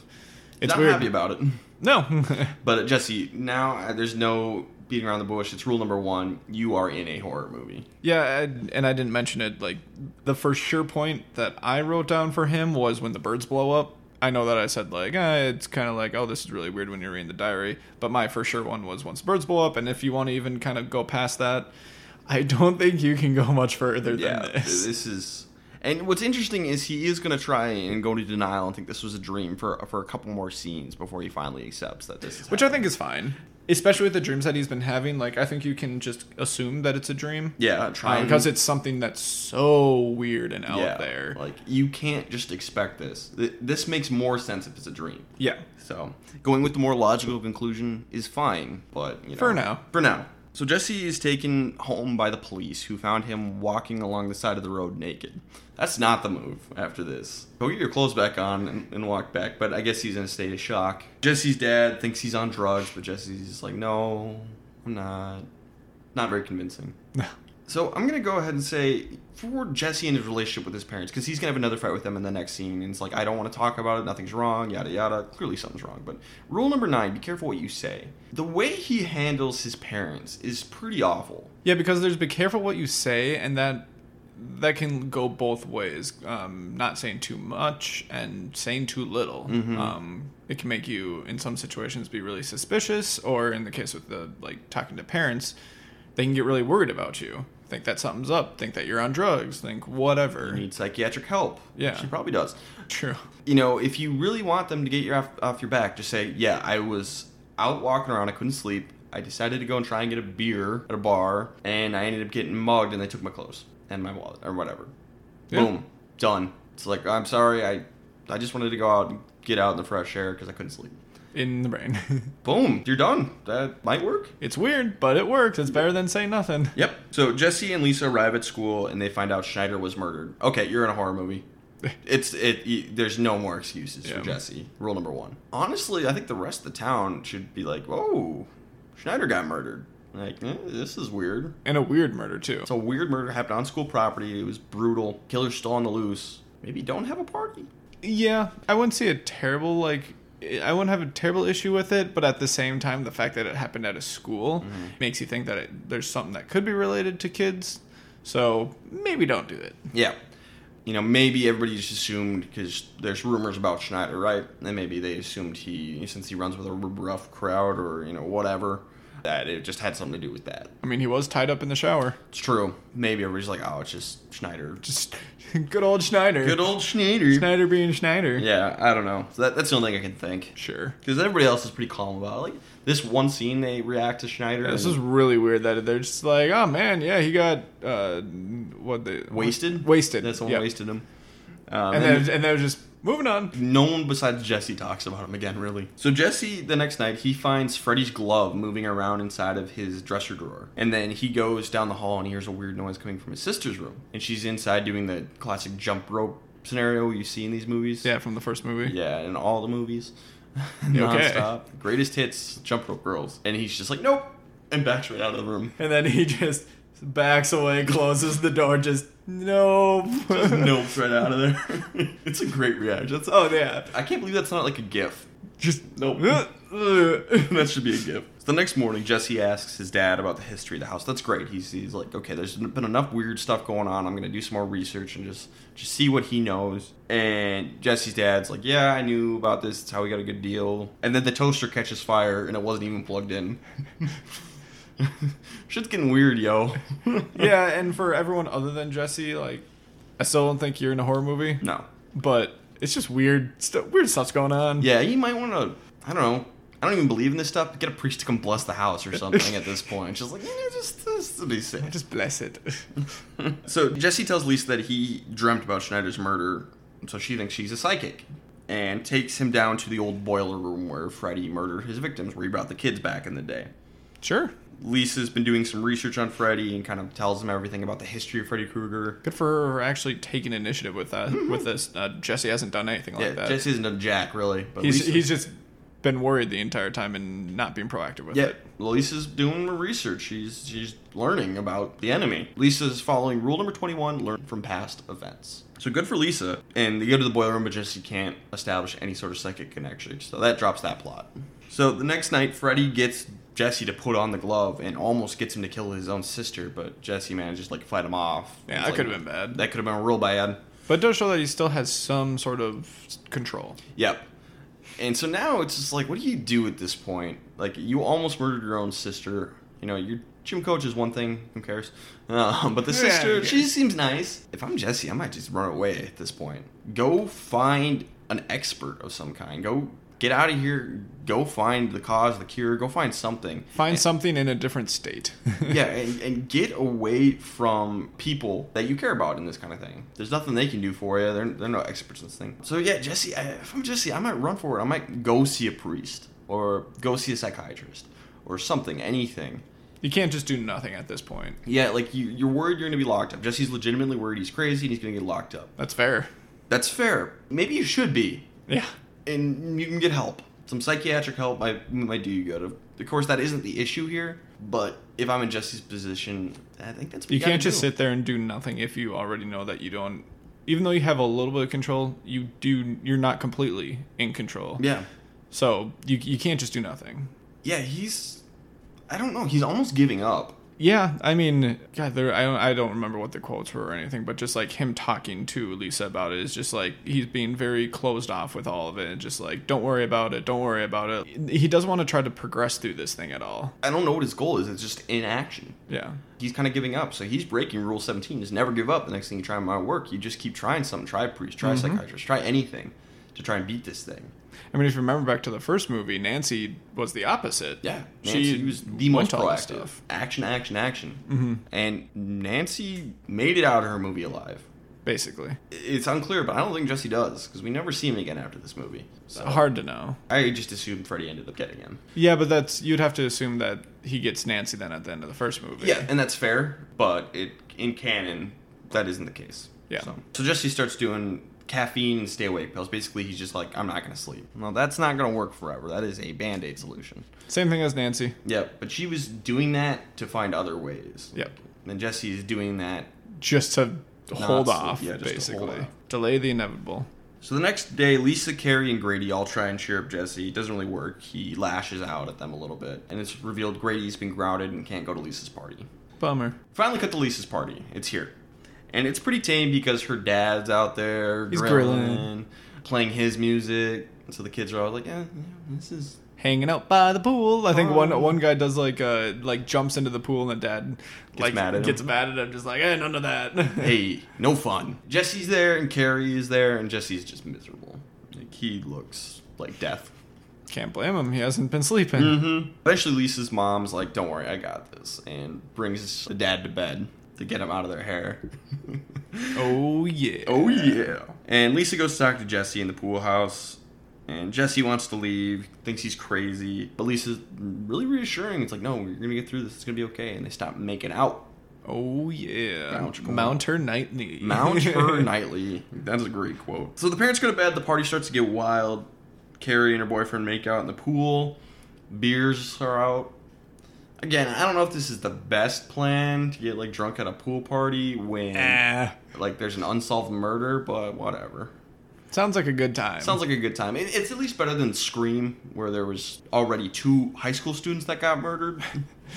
Speaker 2: it's
Speaker 1: Not
Speaker 2: weird
Speaker 1: happy about it.
Speaker 2: no (laughs)
Speaker 1: But Jesse, now uh, there's no beating around the bush. It's rule number one you are in a horror movie.
Speaker 2: yeah I, and i didn't mention it like the for sure point that i wrote down for him was when the birds blow up i know that i said like ah, it's kind of like oh this is really weird when you're reading the diary but my for sure one was once birds blow up and if you want to even kind of go past that i don't think you can go much further
Speaker 1: Yeah,
Speaker 2: than this
Speaker 1: this is. And what's interesting is he is going to try and go to denial and think this was a dream for for a couple more scenes before he finally accepts that this is.
Speaker 2: which I think is fine, especially with the dreams that he's been having. Like, I think you can just assume that it's a dream
Speaker 1: yeah, trying
Speaker 2: uh, because it's something that's so weird and out
Speaker 1: yeah,
Speaker 2: there.
Speaker 1: Like you can't just expect this. Th- This makes more sense if it's a dream.
Speaker 2: yeah, (laughs)
Speaker 1: So going with the more logical conclusion is fine, but you know,
Speaker 2: For now.
Speaker 1: for now. So Jesse is taken home by the police, who found him walking along the side of the road naked. That's not the move. After this, go get your clothes back on and, and walk back. But I guess he's in a state of shock. Jesse's dad thinks he's on drugs, but Jesse's just like, "No, I'm not." Not very convincing. So I'm gonna go ahead and say for Jesse and his relationship with his parents, because he's gonna have another fight with them in the next scene, and it's like I don't want to talk about it. Nothing's wrong, yada yada. Clearly something's wrong. But rule number nine: be careful what you say. The way he handles his parents is pretty awful.
Speaker 2: yeah, because there's be careful what you say, and that that can go both ways. Um, not saying too much and saying too little.
Speaker 1: Mm-hmm.
Speaker 2: Um, it can make you, in some situations, be really suspicious, or in the case with the like talking to parents, they can get really worried about you. Think that something's up. Think that you're on drugs. Think whatever.
Speaker 1: You need psychiatric help.
Speaker 2: Yeah.
Speaker 1: she probably does.
Speaker 2: True.
Speaker 1: You know, if you really want them to get your off, off your back, just say, "Yeah, I was out walking around. I couldn't sleep. I decided to go and try and get a beer at a bar, and I ended up getting mugged, and they took my clothes and my wallet or whatever.
Speaker 2: Yeah.
Speaker 1: Boom, done. It's like I'm sorry. I I just wanted to go out and get out in the fresh air because I couldn't sleep.
Speaker 2: in the brain. (laughs)
Speaker 1: Boom, you're done. That might work.
Speaker 2: it's weird, but it works. It's better than saying nothing.
Speaker 1: Yep. So Jesse and Lisa arrive at school and they find out Schneider was murdered. Okay, you're in a horror
Speaker 2: (laughs)
Speaker 1: movie. It's it. y there's no more excuses
Speaker 2: Yeah.
Speaker 1: for Jesse. Rule number one. Honestly, I think the rest of the town should be like, "Whoa, Schneider got murdered." Like, eh, this is weird.
Speaker 2: And a weird murder too.
Speaker 1: It's a weird murder happened on school property. It was brutal. Killer's still on the loose. Maybe don't have a party.
Speaker 2: Yeah, I wouldn't see a terrible like I wouldn't have a terrible issue with it, but at the same time, the fact that it happened at a school
Speaker 1: Mm-hmm.
Speaker 2: makes you think that it, there's something that could be related to kids. So maybe don't do it.
Speaker 1: Yeah. You know, maybe everybody just assumed because there's rumors about Schneider, right? And maybe they assumed he, since he runs with a r- rough crowd or you know whatever, that it just had something to do with that.
Speaker 2: I mean, he was tied up in the shower.
Speaker 1: It's true. Maybe everybody's like, oh, it's just Schneider, just
Speaker 2: Just (laughs) good old Schneider.
Speaker 1: good old Schneider.
Speaker 2: Schneider being Schneider.
Speaker 1: Yeah, I don't know. So that, that's the only thing I can think
Speaker 2: Sure.
Speaker 1: because everybody else is pretty calm about it. like this one scene they react to Schneider.
Speaker 2: This
Speaker 1: and-
Speaker 2: is really weird that they're just like, oh man, yeah, he got uh, what the
Speaker 1: wasted.
Speaker 2: wasted.
Speaker 1: That's the one
Speaker 2: Yep.
Speaker 1: wasted him. Um,
Speaker 2: And then and then just moving on.
Speaker 1: no one besides Jesse talks about him again, really. So Jesse, the next night, he finds Freddy's glove moving around inside of his dresser drawer, and then he goes down the hall and hears a weird noise coming from his sister's room, and she's inside doing the classic jump rope scenario you see in these movies.
Speaker 2: Yeah, from the first movie.
Speaker 1: Yeah, in all the movies, (laughs)
Speaker 2: Okay.
Speaker 1: nonstop. Greatest hits, jump rope girls, and he's just like, nope, and backs right out of the room. (laughs)
Speaker 2: And then he just backs away, closes the door, just nope.
Speaker 1: Just nopes right out of there. (laughs) it's a great reaction. That's,
Speaker 2: (laughs) Oh yeah.
Speaker 1: I can't believe that's not like a GIF.
Speaker 2: Just
Speaker 1: (laughs)
Speaker 2: (laughs)
Speaker 1: Nope. (laughs) that should be a gift. So the next morning, Jesse asks his dad about the history of the house. That's great. He's, he's like, okay, there's been enough weird stuff going on. I'm gonna do some more research and just just see what he knows. And Jesse's dad's like, yeah, I knew about this. It's how we got a good deal. And then the toaster catches fire and it wasn't even plugged in. (laughs) Shit's getting weird, yo. (laughs)
Speaker 2: yeah, and for everyone other than Jesse, like I still don't think you're in a horror movie,
Speaker 1: No.
Speaker 2: but it's just weird stuff weird stuff's going on.
Speaker 1: Yeah, you might want to. I don't know. I don't even believe in this stuff. Get a priest to come bless the house or something at this point. Just like, yeah, just, just be safe.
Speaker 2: Just
Speaker 1: (laughs)
Speaker 2: bless it.
Speaker 1: So Jesse tells Lisa that he dreamt about Schneider's murder, so she thinks she's a psychic, and takes him down to the old boiler room where Freddy murdered his victims, where he brought the kids back in the day.
Speaker 2: sure.
Speaker 1: Lisa's been doing some research on Freddy and kind of tells him everything about the history of Freddy Krueger.
Speaker 2: Good for her for actually taking initiative with that. With this, uh, Jesse hasn't done anything like
Speaker 1: Yeah,
Speaker 2: that.
Speaker 1: Jesse isn't a jack really, but
Speaker 2: he's
Speaker 1: Lisa,
Speaker 2: he's just been worried the entire time and not being proactive with
Speaker 1: yeah,
Speaker 2: it.
Speaker 1: Lisa's doing the research. She's she's learning about the enemy. Lisa's following rule number twenty one: learn from past events. So good for Lisa. And they go to the boiler room, but Jesse can't establish any sort of psychic connection. So that drops that plot. So the next night, Freddy gets Jesse to put on the glove and almost gets him to kill his own sister, but Jesse manages to like fight him off.
Speaker 2: Yeah,
Speaker 1: It's
Speaker 2: that
Speaker 1: like-
Speaker 2: could have been bad.
Speaker 1: That could have been real bad.
Speaker 2: But it does show that he still has some sort of control.
Speaker 1: Yep. And so now it's just like, what do you do at this point? Like, you almost murdered your own sister. You know, your gym coach is one thing. Who cares? (laughs) Um, but the
Speaker 2: Yeah,
Speaker 1: sister,
Speaker 2: who
Speaker 1: she
Speaker 2: cares?
Speaker 1: seems nice. If I'm Jesse, I might just run away at this point. Go find an expert of some kind. Go get out of here. Go find the cause, the cure. Go find something.
Speaker 2: Find something in a different state.
Speaker 1: (laughs) yeah, and, and get away from people that you care about in this kind of thing. There's nothing they can do for you. They're, they're no experts in this thing. So yeah, Jesse, I, if I'm Jesse, I might run for it. I might go see a priest or go see a psychiatrist or something, anything.
Speaker 2: You can't just do nothing at this point.
Speaker 1: Yeah, like you, you're worried you're going to be locked up. Jesse's legitimately worried he's crazy and he's going to get locked up.
Speaker 2: That's fair.
Speaker 1: That's fair. Maybe you should be,
Speaker 2: Yeah.
Speaker 1: and you can get help. Some psychiatric help might might do you good. Of of course, that isn't the issue here. But if I'm in Jesse's position, I think that's what
Speaker 2: You,
Speaker 1: you, gotta
Speaker 2: can't just
Speaker 1: do.
Speaker 2: sit there and do nothing if you already know that you don't even though you have a little bit of control, you do you're not completely in control.
Speaker 1: Yeah.
Speaker 2: So you you can't just do nothing.
Speaker 1: Yeah, he's I don't know, he's almost giving up.
Speaker 2: Yeah, I mean, God, there. I don't. I don't remember what the quotes were or anything, but just like him talking to Lisa about it is just like he's being very closed off with all of it, and just like, don't worry about it, don't worry about it. He doesn't want to try to progress through this thing at all.
Speaker 1: I don't know what his goal is, it's just inaction.
Speaker 2: Yeah,
Speaker 1: He's kind of giving up, so he's breaking rule 17, just never give up. The next thing you try my work, you just keep trying something. Try a priest, try a psychiatrist, try anything to try and beat this thing.
Speaker 2: I mean, if you remember back to the first movie, Nancy was the opposite.
Speaker 1: Yeah,
Speaker 2: She
Speaker 1: Nancy was the most
Speaker 2: went all this
Speaker 1: proactive.
Speaker 2: stuff.
Speaker 1: Action, action, action. And Nancy made it out of her movie alive.
Speaker 2: basically.
Speaker 1: It's unclear, but I don't think Jesse does because we never see him again after this movie. So
Speaker 2: Hard to know.
Speaker 1: I just assumed Freddy ended up getting him.
Speaker 2: Yeah, but that's you'd have to assume that he gets Nancy then at the end of the first movie.
Speaker 1: Yeah, and that's fair, but it in canon that isn't the case.
Speaker 2: Yeah.
Speaker 1: So, so Jesse starts doing caffeine and stay awake pills. Basically, he's just like, I'm not gonna sleep. No, that's not gonna work forever. That is a band aid solution.
Speaker 2: Same thing as Nancy.
Speaker 1: Yeah, but she was doing that to find other ways.
Speaker 2: Yep.
Speaker 1: And Jesse is doing that
Speaker 2: Just to hold
Speaker 1: sleep.
Speaker 2: off,
Speaker 1: Yeah, just to hold
Speaker 2: basically.
Speaker 1: off.
Speaker 2: Delay the inevitable.
Speaker 1: So the next day, Lisa, Carrie, and Grady all try and cheer up Jesse. It doesn't really work. He lashes out at them a little bit, and it's revealed Grady's been grounded and can't go to Lisa's party.
Speaker 2: Bummer.
Speaker 1: Finally, cut to Lisa's party. It's here, and it's pretty tame because her dad's out there
Speaker 2: He's
Speaker 1: grilling,
Speaker 2: grilling.
Speaker 1: playing his music. So the kids are all like, "Yeah, yeah this is
Speaker 2: Hanging out by the pool. I think
Speaker 1: Oh.
Speaker 2: one one guy does like uh like jumps into the pool and the dad
Speaker 1: Gets
Speaker 2: like
Speaker 1: mad at him.
Speaker 2: gets mad at him, just like, eh, none of that.
Speaker 1: hey, no fun." Jesse's there, and Carrie is there, and Jesse's just miserable. Like he looks like death.
Speaker 2: (laughs) Can't blame him. He hasn't been sleeping.
Speaker 1: hmm Eventually, Lisa's mom's like, "Don't worry, I got this," and brings the dad to bed to get him out of their hair. (laughs)
Speaker 2: Oh yeah.
Speaker 1: yeah! And Lisa goes to talk to Jesse in the pool house, and Jesse wants to leave, thinks he's crazy, but Lisa's really reassuring. It's like, "No, you're gonna get through this. It's gonna be okay." And they stop making out.
Speaker 2: Oh yeah.
Speaker 1: Mount her.
Speaker 2: Mount her nightly.
Speaker 1: (laughs) Mount
Speaker 2: (laughs)
Speaker 1: her nightly. That's a great quote. So the parents go to bed. The party starts to get wild. Carrie and her boyfriend make out in the pool. Beers are out. Again, I don't know if this is the best plan to get like drunk at a pool party when
Speaker 2: Ah.
Speaker 1: like there's an unsolved murder, but whatever.
Speaker 2: Sounds like a good time.
Speaker 1: Sounds like a good time. It- It's at least better than Scream, where there was already two high school students that got murdered,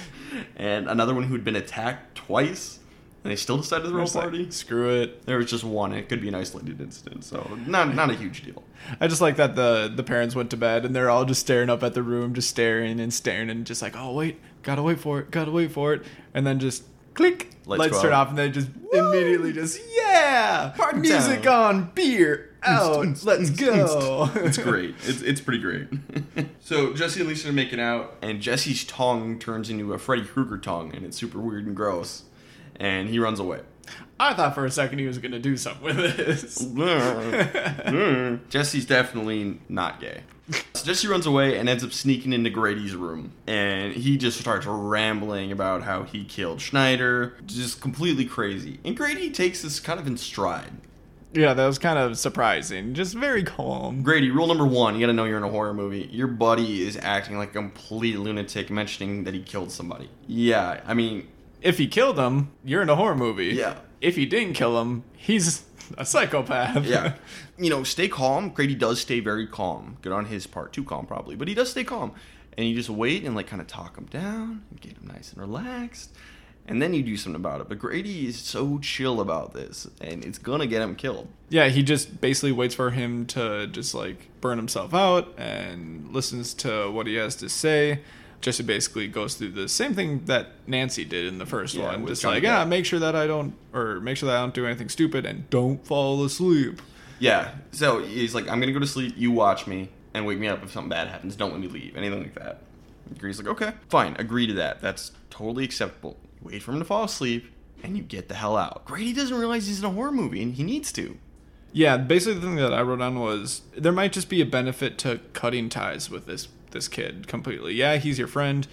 Speaker 1: (laughs) and another one who'd been attacked twice, and they still decided to throw a
Speaker 2: Just like,
Speaker 1: party.
Speaker 2: Screw it.
Speaker 1: There was just one. It could be an isolated incident, so not not a huge deal.
Speaker 2: I just like that the the parents went to bed and they're all just staring up at the room, just staring and staring and just like, oh wait, gotta wait for it, gotta wait for it, and then just click
Speaker 1: Lights
Speaker 2: lights,
Speaker 1: go
Speaker 2: turn
Speaker 1: out.
Speaker 2: off and they just immediately just yeah,
Speaker 1: Party
Speaker 2: music on, beer out, let's go.
Speaker 1: (laughs) It's great. It's, it's pretty (laughs) great. so Jesse and Lisa are making out, and Jesse's tongue turns into a Freddy Krueger tongue, and it's super weird and gross. And he runs (laughs) away.
Speaker 2: (laughs) I thought for a second he was gonna do something
Speaker 1: (laughs)
Speaker 2: with this.
Speaker 1: Jesse's definitely not gay. So Jesse runs away and ends up sneaking into Grady's room. And he just starts rambling about how he killed Schneider. Just completely crazy. And Grady takes this kind of in stride.
Speaker 2: Yeah, that was kind of surprising. Just very calm.
Speaker 1: Grady, rule number one, you gotta know you're in a horror movie. Your buddy is acting like a complete lunatic, mentioning that he killed somebody. Yeah, I mean,
Speaker 2: If he killed him, you're in a horror movie.
Speaker 1: Yeah.
Speaker 2: If he didn't kill him, he's a psychopath.
Speaker 1: yeah. (laughs) you know, stay calm. Grady does stay very calm. Good on his part. Too calm, probably. But he does stay calm. And you just wait and, like, kind of talk him down and get him nice and relaxed. And then you do something about it. But Grady is so chill about this, and it's gonna get him killed.
Speaker 2: Yeah, he just basically waits for him to just like burn himself out and listens to what he has to say. Jesse basically goes through the same thing that Nancy did in the first
Speaker 1: Yeah,
Speaker 2: one.
Speaker 1: with
Speaker 2: Just
Speaker 1: Johnny
Speaker 2: like, yeah,
Speaker 1: Depp.
Speaker 2: make sure that I don't, or make sure that I don't do anything stupid and don't fall asleep.
Speaker 1: Yeah. So he's like, I'm gonna go to sleep. You watch me and wake me up if something bad happens. Don't let me leave. Anything like that. Agree's like, okay, fine. Agree to that. That's totally acceptable. You wait for him to fall asleep, and you get the hell out. Grady doesn't realize he's in a horror movie, and he needs to.
Speaker 2: Yeah, basically the thing that I wrote down was there might just be a benefit to cutting ties with this this kid completely. Yeah, he's your friend,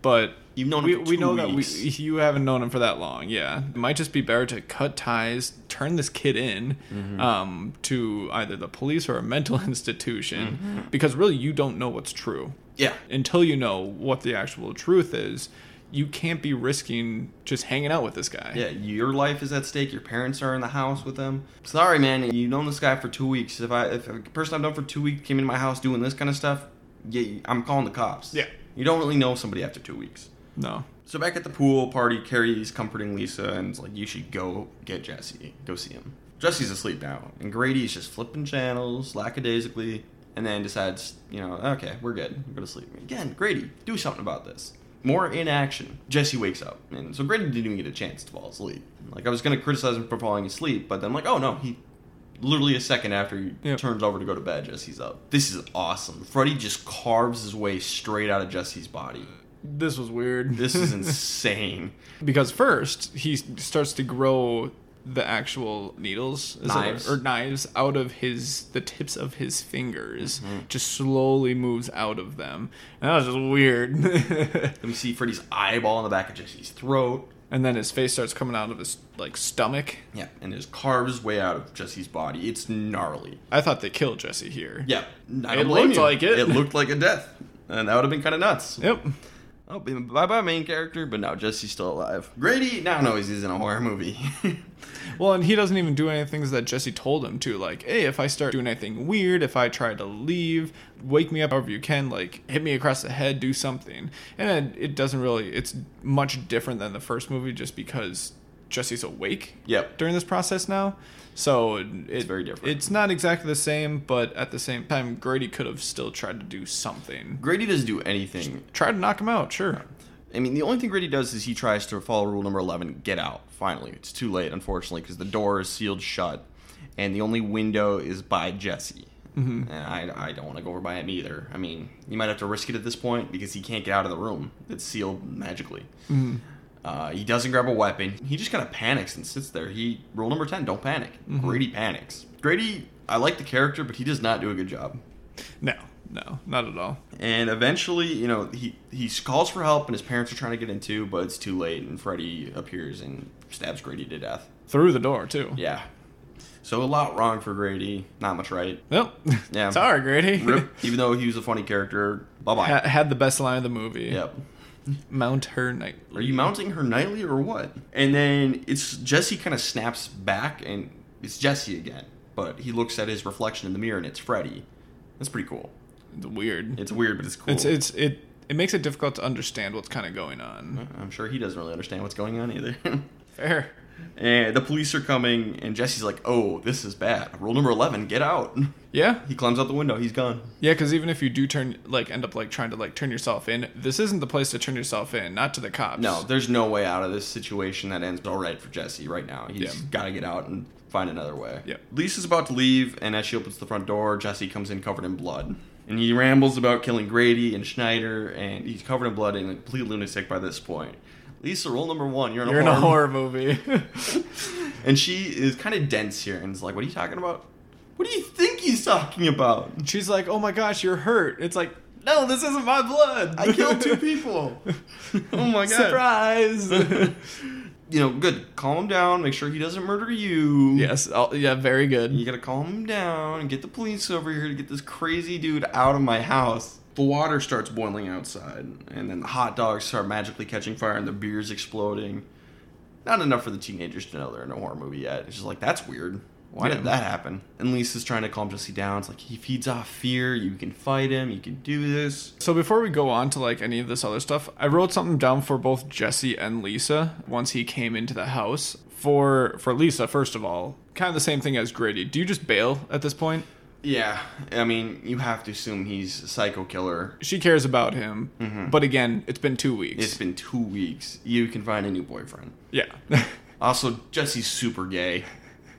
Speaker 2: but
Speaker 1: You've known him
Speaker 2: we,
Speaker 1: for
Speaker 2: we
Speaker 1: two
Speaker 2: know
Speaker 1: weeks.
Speaker 2: that we (laughs) you haven't known him for that long. Yeah, it might just be better to cut ties, turn this kid in
Speaker 1: Mm-hmm.
Speaker 2: um, to either the police or a mental (laughs) institution
Speaker 1: Mm-hmm.
Speaker 2: because really you don't know what's true
Speaker 1: Yeah.
Speaker 2: until you know what the actual truth is. You can't be risking just hanging out with this guy.
Speaker 1: Yeah, your life is at stake. Your parents are in the house with them. Sorry, man. You've known this guy for two weeks. If I, if a person I've known for two weeks came into my house doing this kind of stuff, yeah, I'm calling the cops.
Speaker 2: Yeah.
Speaker 1: You don't really know somebody after two weeks.
Speaker 2: No.
Speaker 1: So back at the pool party, Carrie's comforting Lisa and is like, "You should go get Jesse. Go see him." Jesse's asleep now, and Grady's just flipping channels lackadaisically, and then decides, you know, okay, we're good. Go to sleep again. Grady, do something about this. More inaction. Jesse wakes up, and so Grady didn't even get a chance to fall asleep. Like I was gonna criticize him for falling asleep, but then I'm like, oh no, he literally a second after he
Speaker 2: Yep.
Speaker 1: turns over to go to bed, Jesse's up. This is awesome. Freddy just carves his way straight out of Jesse's body.
Speaker 2: This was weird.
Speaker 1: This is insane.
Speaker 2: because first he s- starts to grow the actual needles is it-
Speaker 1: Knives.
Speaker 2: or knives out of his the tips of his fingers
Speaker 1: Mm-hmm.
Speaker 2: just slowly moves out of them and that was just weird (laughs)
Speaker 1: Then we see Freddy's eyeball in the back of Jesse's throat.
Speaker 2: and then his face starts coming out of his like stomach
Speaker 1: Yeah, and just carves his way out of Jesse's body. It's gnarly.
Speaker 2: i thought they killed jesse here
Speaker 1: Yeah, I
Speaker 2: It
Speaker 1: don't blame
Speaker 2: looked
Speaker 1: you.
Speaker 2: like it.
Speaker 1: It looked like a death, and that would have been kind of nuts.
Speaker 2: yep
Speaker 1: Oh, bye bye main character, but now Jesse's still alive. Grady now knows he's in a horror movie. (laughs)
Speaker 2: well and he doesn't even do any things that jesse told him to like hey if i start doing anything weird if i try to leave wake me up however you can like hit me across the head do something and it, it doesn't really it's much different than the first movie just because jesse's awake
Speaker 1: yep.
Speaker 2: during this process now so it, it's
Speaker 1: very different.
Speaker 2: it's not exactly the same but at the same time grady could have still tried to do something
Speaker 1: Grady doesn't do anything.
Speaker 2: try to knock him out sure
Speaker 1: I mean, the only thing Grady does is he tries to follow rule number 11 get out. Finally. It's too late, unfortunately, because the door is sealed shut, and the only window is by Jesse. Mm-hmm. And I, I don't want to go over by him either. I mean, you might have to risk it at this point because he can't get out of the room. It's sealed magically. Uh, he doesn't grab a weapon. He just kind of panics and sits there. He rule number ten: don't panic. Grady panics. Grady, I like the character, but he does not do a good job.
Speaker 2: no no not at all
Speaker 1: And eventually, you know, he he calls for help, and his parents are trying to get in too, but it's too late. And Freddy appears and stabs Grady to death.
Speaker 2: through the door too
Speaker 1: Yeah. So a lot wrong for Grady. Not much right.
Speaker 2: (laughs) Well,
Speaker 1: Yeah.
Speaker 2: Sorry, Grady.
Speaker 1: Rip.
Speaker 2: (laughs)
Speaker 1: Even though he was a funny character. Bye bye.
Speaker 2: Ha- had the best line of the movie.
Speaker 1: Yep.
Speaker 2: Mount her knight.
Speaker 1: Are you mounting her nightly or what? And then it's Jesse kind of snaps back and it's Jesse again, but he looks at his reflection in the mirror and it's Freddy. That's pretty cool.
Speaker 2: It's weird.
Speaker 1: It's weird, but it's cool.
Speaker 2: It's it's it it makes it difficult to understand what's kind of going on.
Speaker 1: I'm sure he doesn't really understand what's going on either. (laughs)
Speaker 2: Fair.
Speaker 1: and the police are coming and Jesse's like, "Oh, this is bad. Rule number 11, get out." (laughs)
Speaker 2: Yeah.
Speaker 1: He climbs out the window. He's gone.
Speaker 2: Yeah, cuz even if you do turn like end up like trying to like turn yourself in, this isn't the place to turn yourself in, not to the cops.
Speaker 1: No, there's no way out of this situation that ends all right for Jesse right now. He's
Speaker 2: Yeah.
Speaker 1: got to get out and find another way.
Speaker 2: Yep.
Speaker 1: Lisa's about to leave, and as she opens the front door, Jesse comes in covered in blood. And he rambles about killing Grady and Schneider, and he's covered in blood and a complete lunatic by this point. Lisa, roll number one. You're in a,
Speaker 2: You're in
Speaker 1: horror,
Speaker 2: a horror movie. (laughs)
Speaker 1: And she is kind of dense here and is like, What are you talking about? What do you think he's talking about?
Speaker 2: She's like, "Oh my gosh, you're hurt." It's like, "No, this isn't my blood.
Speaker 1: I killed (laughs)
Speaker 2: (laughs)
Speaker 1: two people. oh (laughs) my god.
Speaker 2: Surprise.
Speaker 1: You know, good. Calm him down. Make sure he doesn't murder you.
Speaker 2: (laughs) yes. I'll, yeah, very good.
Speaker 1: You gotta calm him down and get the police over here to get this crazy dude out of my house. The water starts boiling outside, and then the hot dogs start magically catching fire and the beer's exploding. Not enough for the teenagers to know they're in a horror movie yet. It's just like, that's weird. Why
Speaker 2: Yeah.
Speaker 1: did that happen? And Lisa's trying to calm Jesse down. It's like, he feeds off fear. You can fight him. You can do this.
Speaker 2: So before we go on to like any of this other stuff, I wrote something down for both Jesse and Lisa once he came into the house. For for Lisa, first of all, kind of the same thing as Grady. Do you just bail at this point?
Speaker 1: Yeah, I mean, you have to assume he's a psycho killer.
Speaker 2: She cares about him, but again, it's been two weeks.
Speaker 1: Mm-hmm. It's been two weeks. You can find a new boyfriend.
Speaker 2: yeah, (laughs)
Speaker 1: Also, Jesse's super gay.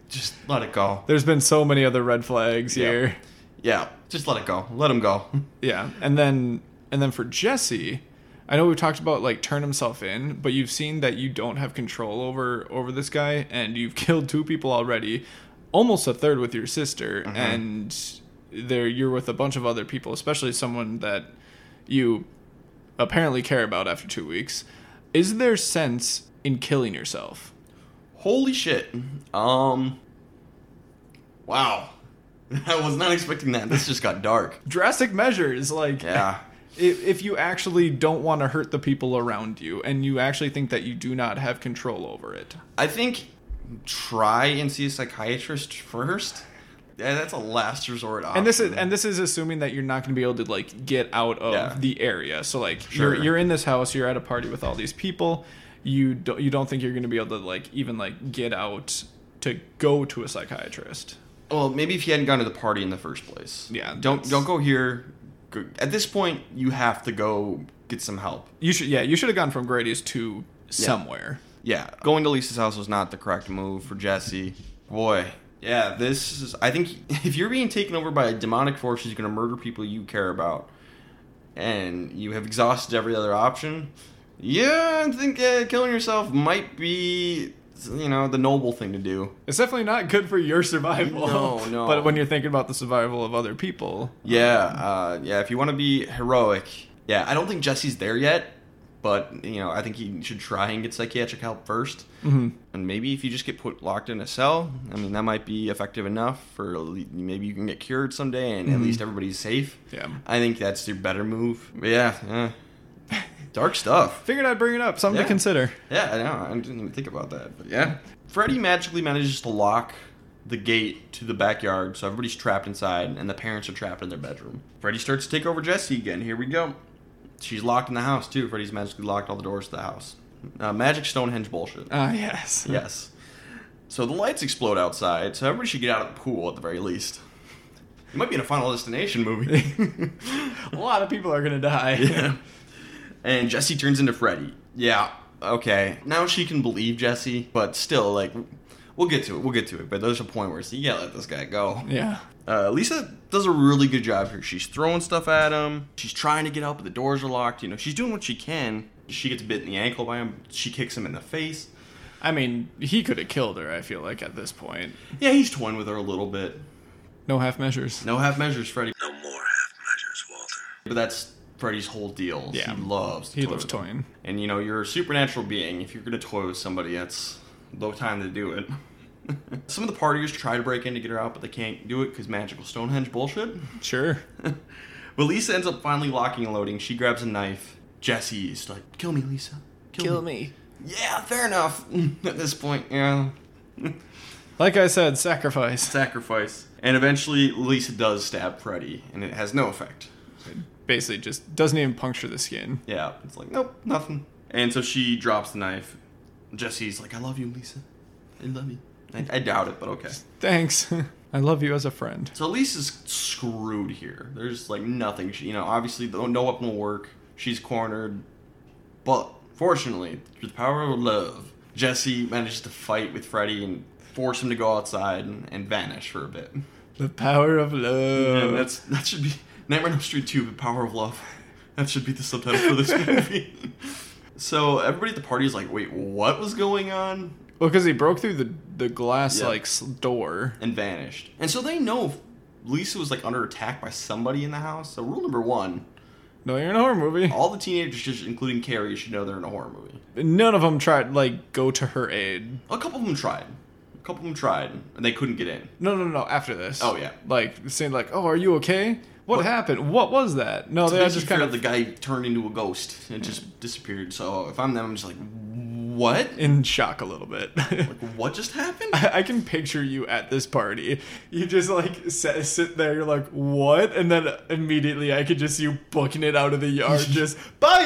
Speaker 1: Just let it go.
Speaker 2: there's been so many other red flags
Speaker 1: Yeah.
Speaker 2: here.
Speaker 1: Yeah, just let it go. Let him go.
Speaker 2: Yeah, and then and then for Jesse, I know we've talked about like turn himself in, but you've seen that you don't have control over over this guy, and you've (laughs) killed two people already, almost a third with your sister, and there you're with a bunch of other people, especially someone that you apparently care about after two weeks. Is there sense in killing yourself?
Speaker 1: Holy shit. Um. Wow. (laughs) I was not expecting that. This just got dark.
Speaker 2: Drastic measures, like
Speaker 1: Yeah.
Speaker 2: if, if you actually don't want to hurt the people around you and you actually think that you do not have control over it
Speaker 1: I think try and see a psychiatrist first. Yeah, that's a last resort option.
Speaker 2: and this is and this is assuming that you're not going to be able to like get out of
Speaker 1: Yeah.
Speaker 2: the area so like
Speaker 1: Sure.
Speaker 2: you're you're in this house you're at a party with all these people you don't you don't think you're going to be able to like even like get out to go to a psychiatrist
Speaker 1: Well, maybe if you hadn't gone to the party in the first place.
Speaker 2: Yeah,
Speaker 1: Don't
Speaker 2: that's-
Speaker 1: don't go here. Go- At this point, you have to go get some help.
Speaker 2: you should yeah you should have gone from grady's to somewhere
Speaker 1: Yeah, going to Lisa's house was not the correct move for Jesse. Boy, Yeah, this is. I think (laughs) if you're being taken over by a demonic force who's going to murder people you care about, and you have exhausted every other option, yeah, I think uh, killing yourself might be, you know, the noble thing to do.
Speaker 2: It's definitely not good for your survival.
Speaker 1: No, no.
Speaker 2: (laughs) But when you're thinking about the survival of other people,
Speaker 1: Yeah, uh, yeah. If you want to be heroic, yeah. I don't think Jesse's there yet, but you know, I think he should try and get psychiatric help 1st
Speaker 2: Mm-hmm.
Speaker 1: And maybe if you just get put locked in a cell, I mean, that might be effective enough for at le- maybe you can get cured someday, and at least everybody's safe.
Speaker 2: Yeah.
Speaker 1: I think that's the better move. But yeah, yeah. (laughs) Dark stuff.
Speaker 2: figured I'd bring it up. Something
Speaker 1: Yeah.
Speaker 2: to consider.
Speaker 1: Yeah, I know. I didn't even think about that, but yeah. Freddy magically manages to lock the gate to the backyard, so everybody's trapped inside, and the parents are trapped in their bedroom. Freddy starts to take over Jessie again. Here we go. She's locked in the house too. Freddy's magically locked all the doors to the house. Uh, magic Stonehenge bullshit.
Speaker 2: Ah, yes.
Speaker 1: Yes. So the lights explode outside, so everybody should get out of the pool at the very least. It might be in a Final Destination movie.
Speaker 2: (laughs) A lot of people are gonna die.
Speaker 1: Yeah. And Jesse turns into Freddy. Yeah. Okay. Now she can believe Jesse, but still, like, we'll get to it. We'll get to it. But there's a point where it's, you gotta let this guy go.
Speaker 2: Yeah.
Speaker 1: Uh, Lisa does a really good job here. She's throwing stuff at him. She's trying to get out, but the doors are locked. You know, she's doing what she can. She gets bit in the ankle by him. She kicks him in the face.
Speaker 2: I mean, he could have killed her. I feel like at this point,
Speaker 1: Yeah, he's toying with her a little bit.
Speaker 2: no half measures.
Speaker 1: No half measures, Freddy.
Speaker 3: No more half measures, Walter.
Speaker 1: But that's Freddy's whole deal.
Speaker 2: Yeah.
Speaker 1: He loves to
Speaker 2: He
Speaker 1: toy
Speaker 2: loves
Speaker 1: with them.
Speaker 2: toying.
Speaker 1: And you know, you're a supernatural being. If you're gonna toy with somebody, that's no time to do it. (laughs) Some of the partiers try to break in to get her out, but they can't do it because magical Stonehenge bullshit.
Speaker 2: Sure.
Speaker 1: But Lisa ends up finally locking and loading. She grabs a knife. Jesse is like, "Kill me, Lisa.
Speaker 2: me.
Speaker 1: Yeah, fair enough. (laughs) At this point, yeah,
Speaker 2: Like I said, sacrifice.
Speaker 1: sacrifice. And eventually, Lisa does stab Freddy, and it has no effect.
Speaker 2: Basically, just doesn't even puncture the skin.
Speaker 1: Yeah, it's like, nope, nothing. And so she drops the knife. Jesse's like, I love you, Lisa. I love you. I, I doubt it, but okay.
Speaker 2: Thanks. (laughs) I love you as a friend.
Speaker 1: So Lisa's screwed here. There's like nothing. She, you know, obviously, no no weapon will work. She's cornered. But fortunately, through the power of love, Jesse manages to fight with Freddy and force him to go outside and, and vanish for a bit.
Speaker 2: The power of love.
Speaker 1: And that's that should be Nightmare on Elm Street 2, The Power of Love. That should be the subtitle for
Speaker 2: (laughs)
Speaker 1: this movie. so everybody at the party is like, wait, what was going on?
Speaker 2: well, because he broke through the the glass
Speaker 1: Yeah.
Speaker 2: like s- door.
Speaker 1: And vanished. And so they know Lisa was like under attack by somebody in the house. So rule number one,
Speaker 2: No, you're in a horror movie.
Speaker 1: all the teenagers, including Carrie, should know they're in a horror movie.
Speaker 2: None of them tried like go to her aid.
Speaker 1: A couple of them tried. A couple of them tried, and they couldn't get in.
Speaker 2: No, no, no. After this.
Speaker 1: Oh, yeah.
Speaker 2: Like saying like, "Oh, are you okay? What, happened? What was that?" No, they
Speaker 1: They
Speaker 2: all
Speaker 1: just
Speaker 2: just kind of
Speaker 1: the guy turned into a ghost and just disappeared. So if I'm them, I'm just like, what?
Speaker 2: in shock a little bit. (laughs)
Speaker 1: Like, what just happened?
Speaker 2: I can picture you at this party. You just like sit, sit there. You're like, "What?" And then immediately, I could just see you booking it out of
Speaker 1: (laughs)
Speaker 2: the yard. just bye.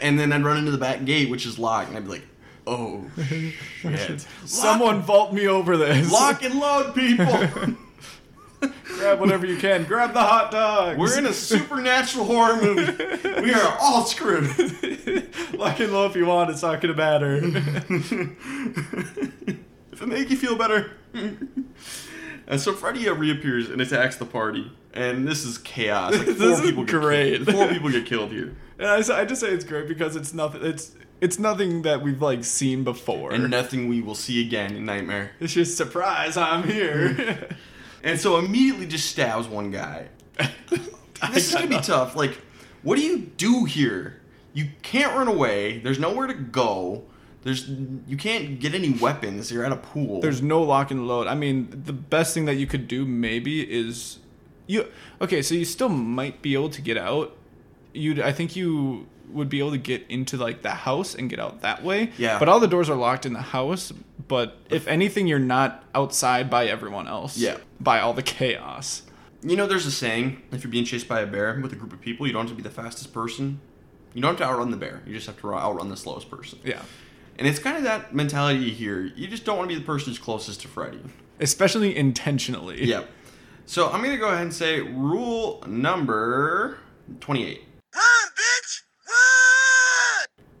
Speaker 1: and then I'd run into the back gate, which is locked, and I'd be like, "Oh (laughs)
Speaker 2: (laughs)
Speaker 1: shit!
Speaker 2: Someone vault me over this.
Speaker 1: lock, lock and load, people!
Speaker 2: (laughs) Grab whatever you can. Grab the hot dogs.
Speaker 1: We're
Speaker 2: (laughs)
Speaker 1: in a supernatural horror movie. We are all screwed." (laughs)
Speaker 2: lock and low if you want. It's not
Speaker 1: (laughs)
Speaker 2: gonna matter.
Speaker 1: if it make you feel better. (laughs) and so Freddy uh, reappears and attacks the party, and this is chaos. Like, four
Speaker 2: (laughs) This is
Speaker 1: people get
Speaker 2: great.
Speaker 1: Killed. Four people get killed here,
Speaker 2: and I, s- I just say it's great because it's nothing. It's it's nothing that we've like seen before. (laughs)
Speaker 1: and nothing we will see again in Nightmare.
Speaker 2: it's just surprise. I'm here.
Speaker 1: And so immediately just stabs one guy. Mm.
Speaker 2: (laughs)
Speaker 1: this is gonna be tough. Like, what do you do here? You can't run away. There's nowhere to go. There's you can't get any weapons. You're at a pool.
Speaker 2: There's no lock and load. I mean, the best thing that you could do maybe is you okay, so you still might be able to get out. You'd I think you would be able to get into like the house and get out that way.
Speaker 1: Yeah.
Speaker 2: But all the doors are locked in the house, but if anything you're not outside by everyone else.
Speaker 1: Yeah.
Speaker 2: By all the chaos.
Speaker 1: you know there's a saying: if you're being chased by a bear with a group of people, you don't have to be the fastest person. You don't have to outrun the bear. You just have to ru- outrun the slowest person.
Speaker 2: Yeah.
Speaker 1: And it's kind of that mentality here. You just don't want to be the person who's closest to Freddy.
Speaker 2: Especially intentionally.
Speaker 1: Yep. So I'm gonna go ahead and say rule number twenty-eight.
Speaker 3: Run, bitch!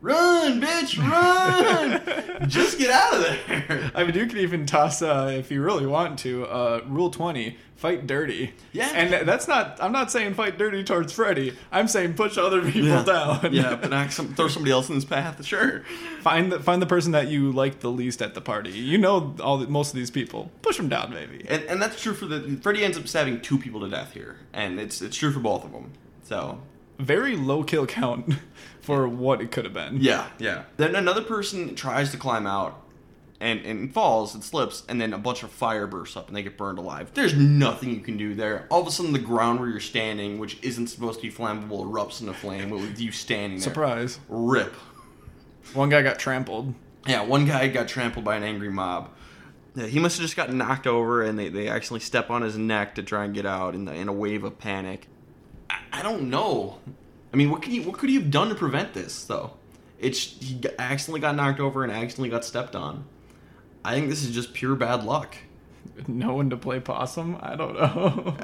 Speaker 3: Run!
Speaker 1: Run, bitch, (laughs) run! Just get out of there.
Speaker 2: I mean, you could even toss, uh, if you really want to, uh, Rule 20, fight dirty.
Speaker 1: Yeah.
Speaker 2: And tha- that's not, I'm not saying fight dirty towards Freddy. I'm saying push other people down.
Speaker 1: yeah,
Speaker 2: (laughs)
Speaker 1: but knock some, throw somebody else in his path. Sure.
Speaker 2: find, the, find the person that you like the least at the party. You know all the, most of these people. Push them down, maybe.
Speaker 1: And, and that's true for the Freddy ends up stabbing two people to death here, and it's it's true for both of them. So
Speaker 2: Very low kill count (laughs) for what it could have been.
Speaker 1: yeah, yeah. Then another person tries to climb out, and and falls and slips, and then a bunch of fire bursts up, and they get burned alive. There's nothing you can do there. All of a sudden, the ground where you're standing, which isn't supposed to be flammable, erupts into flame with you standing there.
Speaker 2: Surprise.
Speaker 1: Rip.
Speaker 2: One guy got trampled.
Speaker 1: Yeah, one guy got trampled by an angry mob. Yeah, he must have just got knocked over, and they, they accidentally step on his neck to try and get out in, the, in a wave of panic. I, I don't know. I mean, what could you what could he have done to prevent this though? It's he g- accidentally got knocked over and accidentally got stepped on. I think this is just pure bad luck.
Speaker 2: No one to play possum? I
Speaker 1: (laughs)
Speaker 2: don't know.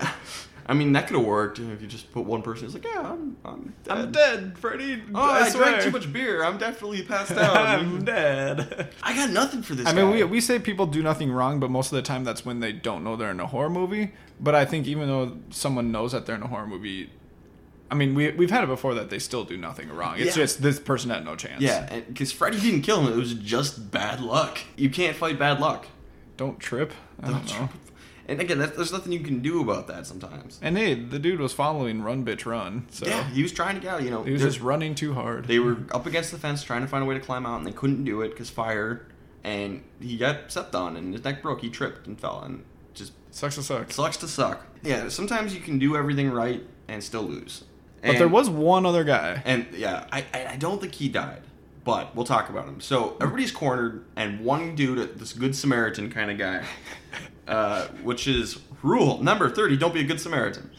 Speaker 1: I mean, that could have worked if you just put one person. It's like, yeah, I'm, I'm dead.
Speaker 2: I'm dead, Freddy.
Speaker 1: Oh, I,
Speaker 2: swear.
Speaker 1: drank too much beer. I'm definitely
Speaker 2: (laughs)
Speaker 1: passed
Speaker 2: I'm
Speaker 1: out.
Speaker 2: dead. (laughs)
Speaker 1: I got nothing for this.
Speaker 2: I mean,
Speaker 1: guy.
Speaker 2: we, we say people do nothing wrong, but most of the time that's when they don't know they're in a horror movie. But I think even though someone knows that they're in a horror movie, I mean, we, we've had it before that they still do nothing wrong. It's
Speaker 1: Yeah.
Speaker 2: just this person had no chance.
Speaker 1: Yeah, because Freddy didn't kill him. It was just bad luck. You can't fight bad luck.
Speaker 2: Don't trip. I don't know.
Speaker 1: And again, that, there's nothing you can do about that sometimes.
Speaker 2: And hey, the dude was following Run Bitch Run. So
Speaker 1: Yeah, he was trying to get out. You know,
Speaker 2: he was
Speaker 1: they're-
Speaker 2: just running too hard.
Speaker 1: they were up against the fence trying to find a way to climb out, and they couldn't do it because fire. And he got stepped on, and his neck broke. He tripped and fell, and just
Speaker 2: sucks to suck.
Speaker 1: sucks to suck. Yeah, sometimes you can do everything right and still lose.
Speaker 2: But there
Speaker 1: And-
Speaker 2: was one other guy.
Speaker 1: And yeah, I, I I don't think he died, but we'll talk about him. So everybody's cornered, and one dude, this good Samaritan kind of guy, uh, which is rule number thirty: don't be a good Samaritan.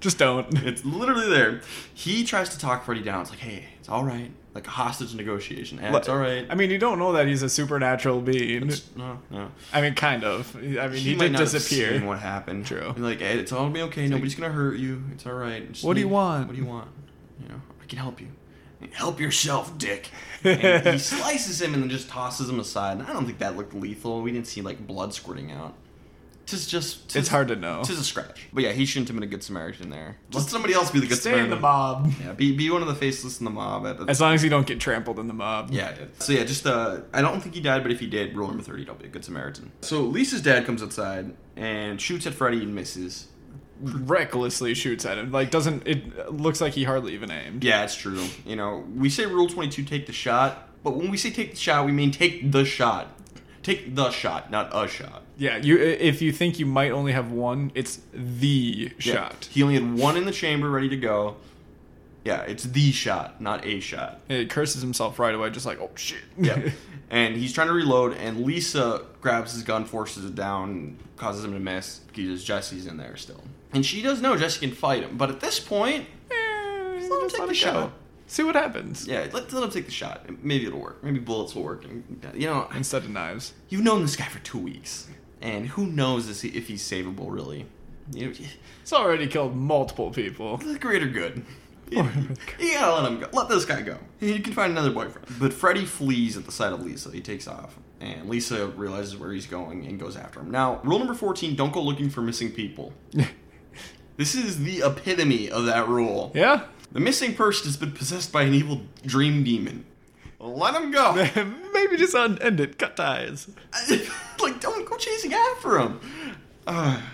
Speaker 2: Just don't. (laughs)
Speaker 1: It's literally there. He tries to talk Freddy down. It's like, hey, it's all right, like a hostage negotiation. Eh, it's all right.
Speaker 2: I mean, you don't know that he's a supernatural being.
Speaker 1: It's- no, no.
Speaker 2: I mean, kind of. I mean, he,
Speaker 1: might
Speaker 2: did
Speaker 1: not have
Speaker 2: disappear.
Speaker 1: seen what happened?
Speaker 2: True.
Speaker 1: And like, hey, it's all gonna be okay. Nobody's gonna hurt you. It's all right. Just
Speaker 2: What do you
Speaker 1: need-
Speaker 2: want?
Speaker 1: What do you want? You know, I can help you. Help yourself,
Speaker 2: (laughs)
Speaker 1: Dick. And he slices him and then just tosses him aside. And I don't think that looked lethal. We didn't see like blood squirting out. Tis just. Tis,
Speaker 2: It's hard to know.
Speaker 1: Tis a scratch. But yeah, he shouldn't have been a good Samaritan there. Let somebody else be the good
Speaker 2: Stay in
Speaker 1: Samaritan.
Speaker 2: the mob.
Speaker 1: Yeah, be, be one of the faceless in the mob. At the,
Speaker 2: As long as you don't get trampled in the mob.
Speaker 1: yeah. it- So yeah, just uh, I don't think he died, but if he did, rule number thirty, don't be a good Samaritan. So Lisa's dad comes outside and shoots at Freddy and misses.
Speaker 2: Recklessly shoots at him. Like, doesn't. It looks like he hardly even aimed.
Speaker 1: Yeah, it's true. You know, we say rule twenty-two, take the shot, but when we say take the shot, we mean take the shot, take the shot, not a shot.
Speaker 2: Yeah, you. if you think you might only have one, it's the
Speaker 1: Yeah.
Speaker 2: shot.
Speaker 1: He only had one in the chamber ready to go. Yeah, it's the shot, not a shot.
Speaker 2: And It curses himself right away, just like, oh shit. (laughs)
Speaker 1: Yeah. (laughs) and he's trying to reload, and Lisa grabs his gun, forces it down, causes him to miss because Jesse's in there still. And she does know Jesse can fight him, but at this point,
Speaker 2: Eh,
Speaker 1: let him
Speaker 2: just
Speaker 1: take
Speaker 2: let
Speaker 1: the
Speaker 2: it
Speaker 1: shot.
Speaker 2: go. See what happens.
Speaker 1: yeah, let, let him take the shot. Maybe it'll work. Maybe bullets will work. And, you know,
Speaker 2: Instead of knives.
Speaker 1: you've known this guy for two weeks, and who knows is he- if he's savable, really? You know,
Speaker 2: It's already killed multiple people.
Speaker 1: the greater good.
Speaker 2: Oh,
Speaker 1: You, you gotta let him go. Let this guy go. He can find another boyfriend. But Freddy flees at the sight of Lisa. He takes off. And Lisa realizes where he's going and goes after him. Now, rule number 14 don't go looking for missing
Speaker 2: (laughs)
Speaker 1: people. this is the epitome of that rule.
Speaker 2: Yeah? (laughs)
Speaker 1: The missing person has been possessed by an evil dream demon. Let him go.
Speaker 2: Maybe just un- end it. Cut ties.
Speaker 1: (laughs) like, don't go chasing after him. Ah.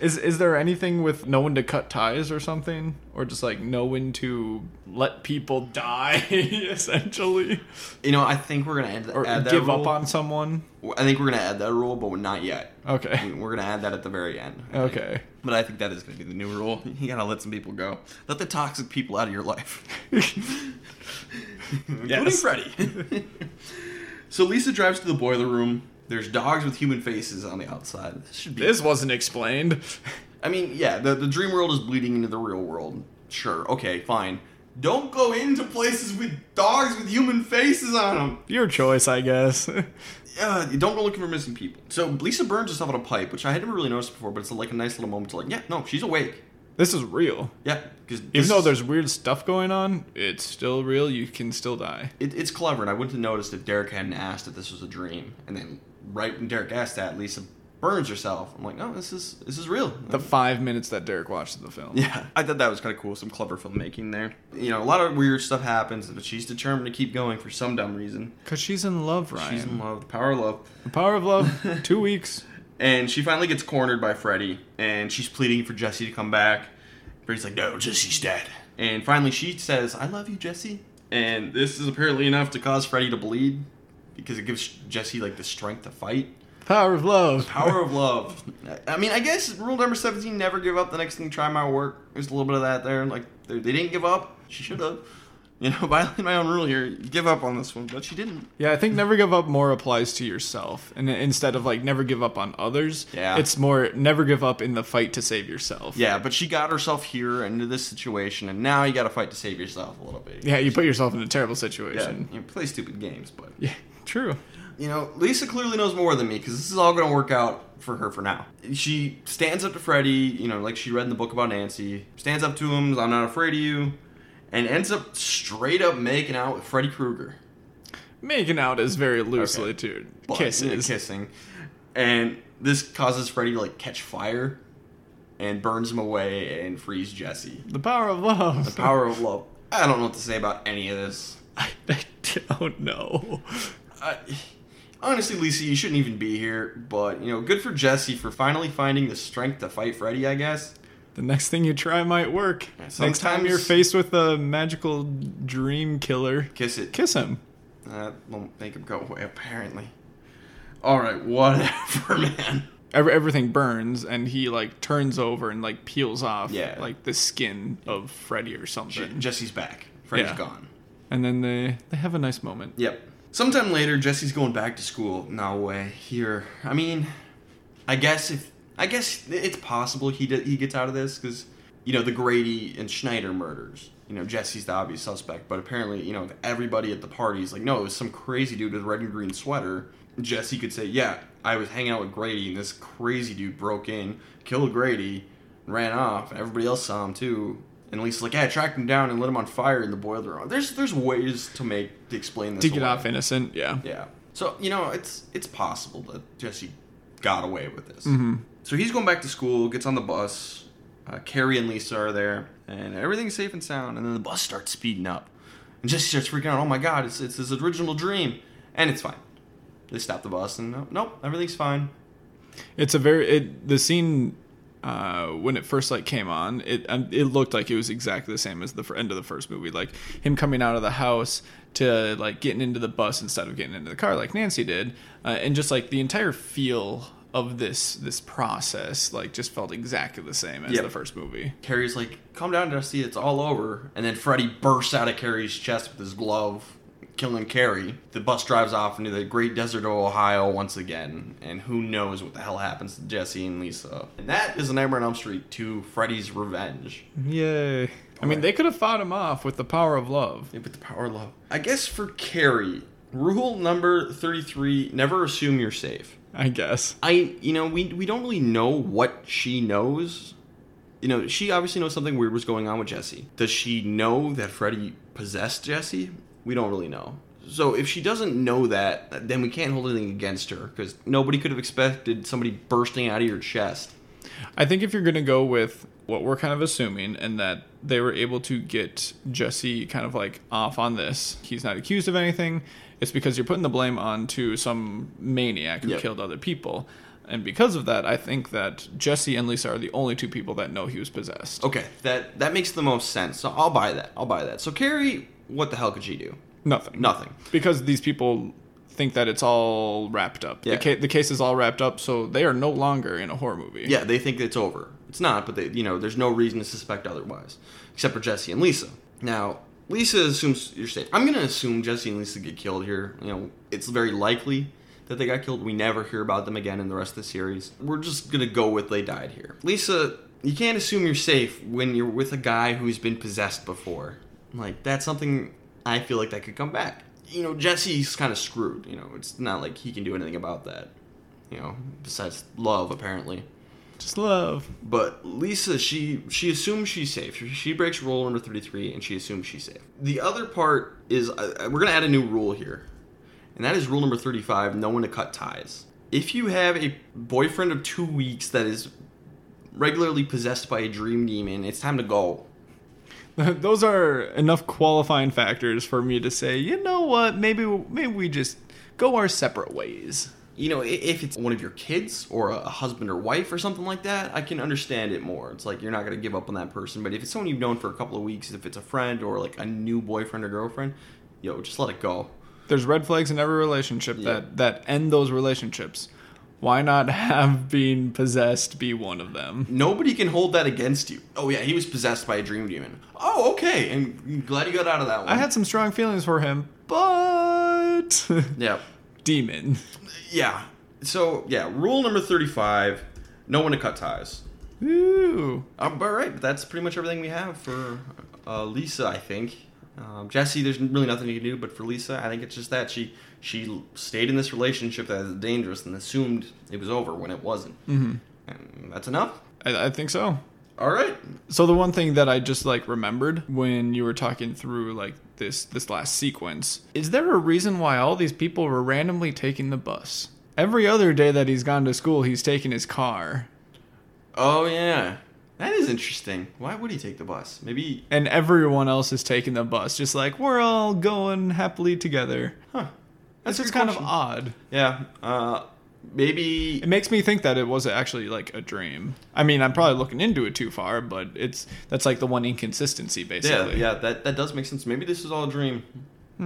Speaker 2: Is is there anything with no one to cut ties or something, or just like no one to let people die, (laughs) essentially,
Speaker 1: You know, I think we're gonna add,
Speaker 2: or
Speaker 1: add that
Speaker 2: give
Speaker 1: rule.
Speaker 2: up on someone?
Speaker 1: I think we're gonna add that rule, but not yet.
Speaker 2: (laughs) Okay,
Speaker 1: We're gonna add that at the very end. I think.
Speaker 2: okay.
Speaker 1: But I think that is gonna be the new rule. (laughs) You gotta let some people go. Let the toxic people out of your life, (laughs) including
Speaker 2: Yes.
Speaker 1: Freddy. (laughs) so Lisa drives to the boiler room. There's dogs with human faces on the outside. This should be.
Speaker 2: this wasn't explained.
Speaker 1: I mean, yeah, the, the dream world is bleeding into the real world. Sure, okay, fine. Don't go into places with dogs with human faces on them.
Speaker 2: Your choice, I guess. (laughs)
Speaker 1: uh, you don't go looking for missing people. So Lisa burns herself on a pipe, which I had never really noticed before, but it's like a nice little moment to like, yeah, no, she's awake.
Speaker 2: This is real.
Speaker 1: Yeah, because
Speaker 2: Even though there's weird stuff going on, it's still real. You can still die.
Speaker 1: it, it's clever, and I wouldn't have noticed if Derek hadn't asked if this was a dream. And then right when Derek asked that, Lisa burns herself. I'm like, no, this is this is real.
Speaker 2: The five minutes that Derek watched the film.
Speaker 1: yeah, I thought that was kind of cool. Some clever filmmaking there. You know, a lot of weird stuff happens, but she's determined to keep going for some dumb reason.
Speaker 2: Because she's in love, Ryan.
Speaker 1: She's in love, the power of love.
Speaker 2: The power
Speaker 1: (laughs)
Speaker 2: of love, two weeks.
Speaker 1: And she finally gets cornered by Freddy, and she's pleading for Jesse to come back. Freddy's like, no, Jesse's dead. And finally, she says, I love you, Jesse. And this is apparently enough to cause Freddy to bleed because it gives Jesse like the strength to fight.
Speaker 2: Power of love.
Speaker 1: Power of love. I- I mean, I guess rule number 17 never give up. The next thing, try my work. There's a little bit of that there. Like, they they didn't give up. She should have. You know, (laughs) violating my own rule here, give up on this one, but she didn't.
Speaker 2: Yeah, I think never give up more applies to yourself. And instead of like never give up on others,
Speaker 1: Yeah.
Speaker 2: it's more never give up in the fight to save yourself.
Speaker 1: Yeah, but she got herself here into this situation, and now you got to fight to save yourself a little bit.
Speaker 2: Yeah, you put yourself in a terrible
Speaker 1: Yeah,
Speaker 2: situation.
Speaker 1: you play stupid games, but
Speaker 2: Yeah, (laughs) true.
Speaker 1: you know, Lisa clearly knows more than me because this is all going to work out for her for now. She stands up to Freddy, you know, like she read in the book about Nancy. Stands up to him, says, "I'm not afraid of you," and ends up straight up making out with Freddy Krueger.
Speaker 2: Making out is very loosely,
Speaker 1: Okay.
Speaker 2: dude.
Speaker 1: But-
Speaker 2: Kisses.
Speaker 1: yeah, kissing, and this causes Freddy to like catch fire, and burns him away and frees Jesse.
Speaker 2: The power of love.
Speaker 1: The power of love. I don't know what to say about any of this.
Speaker 2: (laughs) I, I don't know.
Speaker 1: I, honestly, Lisa, you shouldn't even be here. But you know, good for Jesse for finally finding the strength to fight Freddy. I guess.
Speaker 2: The next thing you try might work. Next time
Speaker 1: sometimes-
Speaker 2: you're faced with a magical dream killer,
Speaker 1: Kiss it.
Speaker 2: kiss him.
Speaker 1: That won't make him go away. Apparently. All right. Whatever, (laughs) man.
Speaker 2: Ev- Everything burns, and he like turns over and like peels off
Speaker 1: Yeah.
Speaker 2: like the skin of Freddy or something.
Speaker 1: Jesse's back. Freddy's
Speaker 2: Yeah.
Speaker 1: gone.
Speaker 2: and then they they have a nice moment.
Speaker 1: Yep. Sometime later, Jesse's going back to school. No way. Here. I mean, I guess if I guess it's possible he did, he gets out of this because you know the Grady and Schneider murders. You know Jesse's the obvious suspect, but apparently you know if everybody at the party's like, no, it was some crazy dude with a red and green sweater. Jesse could say, yeah, I was hanging out with Grady, and this crazy dude broke in, killed Grady, ran off, and everybody else saw him too. And Lisa's like, yeah, I tracked him down and lit him on fire in the boiler room. There's there's ways to make to explain this
Speaker 2: To get
Speaker 1: away.
Speaker 2: off innocent, yeah.
Speaker 1: Yeah. So you know, it's it's possible that Jesse got away with this. So he's going back to school, gets on the bus. Uh, Carrie and Lisa are there, and everything's safe and sound. And then the bus starts speeding up, and Jesse starts freaking out. Oh my god, it's it's his original dream, and it's fine. They stop the bus, and nope, nope everything's fine.
Speaker 2: It's a very it, the scene uh, when it first like came on. It um, it looked like it was exactly the same as the fir- end of the first movie, like him coming out of the house to like getting into the bus instead of getting into the car, like Nancy did, uh, and just like the entire feel of this this process like just felt exactly the same as
Speaker 1: Yep.
Speaker 2: the first movie.
Speaker 1: Carrie's like, "Calm down, Jesse. It's all over." And then Freddy bursts out of Carrie's chest with his glove, killing Carrie. The bus drives off into the great desert of Ohio once again, and who knows what the hell happens to Jesse and Lisa. And that is a Nightmare on Elm Street 2: Freddy's Revenge.
Speaker 2: Yay. I mean, they could have fought him off with the power of love.
Speaker 1: Yeah, but the power of love. I guess for Carrie, rule number 33: never assume you're safe.
Speaker 2: I guess.
Speaker 1: I you know we we don't really know what she knows. You know, she obviously knows something weird was going on with Jesse. Does she know that Freddy possessed Jesse? We don't really know. So if she doesn't know that, then we can't hold anything against her because nobody could have expected somebody bursting out of your chest.
Speaker 2: I think if you're going to go with what we're kind of assuming and that they were able to get Jesse kind of like off on this, he's not accused of anything. It's because you're putting the blame onto some maniac who
Speaker 1: Yep.
Speaker 2: killed other people. And because of that, I think that Jesse and Lisa are the only two people that know he was possessed.
Speaker 1: Okay, that that makes the most sense. So I'll buy that. I'll buy that. So Carrie, what the hell could she do?
Speaker 2: Nothing.
Speaker 1: Nothing.
Speaker 2: Because these people think that it's all wrapped up.
Speaker 1: Yeah.
Speaker 2: The, ca- the case is all wrapped up, so they are no longer in a horror movie.
Speaker 1: Yeah, they think it's over. It's not, but they, you know, there's no reason to suspect otherwise, except for Jesse and Lisa. Now, Lisa assumes you're safe. I'm gonna assume Jesse and Lisa get killed here. You know, it's very likely that they got killed. We never hear about them again in the rest of the series. We're just gonna go with they died here. Lisa, you can't assume you're safe when you're with a guy who's been possessed before. Like that's something I feel like that could come back. You know, Jesse's kind of screwed. You know, it's not like he can do anything about that. You know, besides love apparently.
Speaker 2: Just love.
Speaker 1: But Lisa, she she assumes she's safe. She- She breaks rule number thirty three, and she assumes she's safe. The other part is uh, we're gonna add a new rule here, and that is rule number thirty five: no one to cut ties. If you have a boyfriend of two weeks that is regularly possessed by a dream demon, it's time to go.
Speaker 2: (laughs) Those are enough qualifying factors for me to say, you know what? Maybe maybe we just go our separate ways.
Speaker 1: you know, i- if it's one of your kids or a a husband or wife or something like that, I can understand it more. It's like you're not going to give up on that person. But if it's someone you've known for a couple of weeks, if it's a friend or like a new boyfriend or girlfriend, yo, just let it go.
Speaker 2: There's red flags in every relationship that that end those relationships. Why not have being possessed be one of them?
Speaker 1: Nobody can hold that against you. Oh, yeah, he was possessed by a dream demon. Oh, okay. And glad you got out of that one.
Speaker 2: I had some strong feelings for him, but (laughs)
Speaker 1: Yeah.
Speaker 2: demon.
Speaker 1: Yeah. So, yeah, rule number 35 no one to cut ties.
Speaker 2: Ooh.
Speaker 1: Um, all right, but that's pretty much everything we have for uh, Lisa, I think. Um, Jesse, there's really nothing you can do, but for Lisa, I think it's just that she she stayed in this relationship that is dangerous and assumed it was over when it wasn't. Mm-hmm. And that's enough.
Speaker 2: I, I think so.
Speaker 1: All right.
Speaker 2: So the one thing that I just like remembered when you were talking through like this this last sequence is there a reason why all these people were randomly taking the bus? Every other day that he's gone to school, he's taken his car,
Speaker 1: Oh yeah, that is interesting. Why would he take the bus? Maybe.
Speaker 2: and everyone else is taking the bus. Just like we're all going happily together.
Speaker 1: Huh.
Speaker 2: That's
Speaker 1: a
Speaker 2: just
Speaker 1: good
Speaker 2: kind of
Speaker 1: question.
Speaker 2: odd.
Speaker 1: Yeah. Uh, maybe
Speaker 2: It makes me think that it was actually like a dream. I mean, I'm probably looking into it too far, but it's that's like the one inconsistency
Speaker 1: Yeah,
Speaker 2: basically.
Speaker 1: yeah, that, that does make sense. Maybe this is all a dream. Hmm.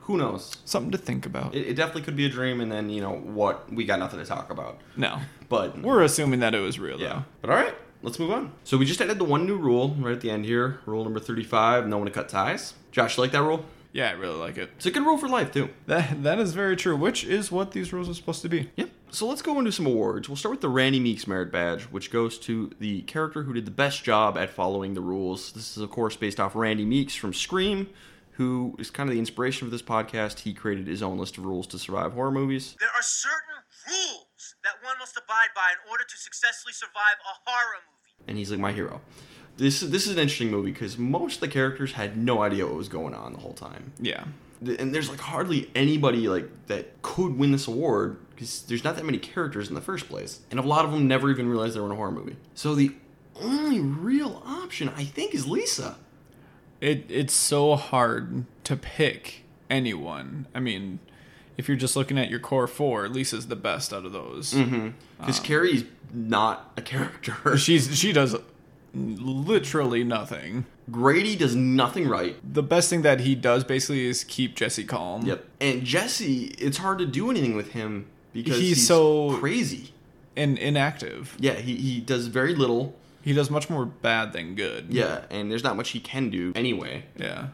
Speaker 1: Who knows?
Speaker 2: Something to think about.
Speaker 1: It, it definitely could be a dream, and then, you know, what? We got nothing to talk about.
Speaker 2: no.
Speaker 1: But,
Speaker 2: We're assuming that it was real
Speaker 1: yeah.
Speaker 2: though.
Speaker 1: But all right, let's move on. So we just added the one new rule right at the end here rule number 35 no one to cut ties. Josh, you like that rule?
Speaker 2: Yeah, I really like it.
Speaker 1: It's a good rule for life, too.
Speaker 2: That that is very true, which is what these rules are supposed to be.
Speaker 1: Yep. So let's go into some awards. We'll start with the Randy Meeks Merit Badge, which goes to the character who did the best job at following the rules. This is, of course, based off Randy Meeks from Scream, who is kind of the inspiration for this podcast. He created his own list of rules to survive horror movies.
Speaker 4: There are certain rules that one must abide by in order to successfully survive a horror movie.
Speaker 1: and he's like my hero. This this is an interesting movie because most of the characters had no idea what was going on the whole time,
Speaker 2: Yeah.
Speaker 1: Th- and there's like hardly anybody like that could win this award because there's not that many characters in the first place, and a lot of them never even realized they were in a horror movie. So the only real option I think is Lisa.
Speaker 2: It it's so hard to pick anyone. I mean, if you're just looking at your core four, Lisa's the best out of those.
Speaker 1: Mm-hmm. Because Carrie's not a character.
Speaker 2: She's Ah. she does literally nothing.
Speaker 1: Grady does nothing right.
Speaker 2: The best thing that he does basically is keep Jesse calm.
Speaker 1: Yep. And Jesse, it's hard to do anything with him because
Speaker 2: He's so-
Speaker 1: crazy.
Speaker 2: And inactive.
Speaker 1: Yeah, he, he does very little.
Speaker 2: He does much more bad than good.
Speaker 1: Yeah, and there's not much he can do anyway.
Speaker 2: Yeah.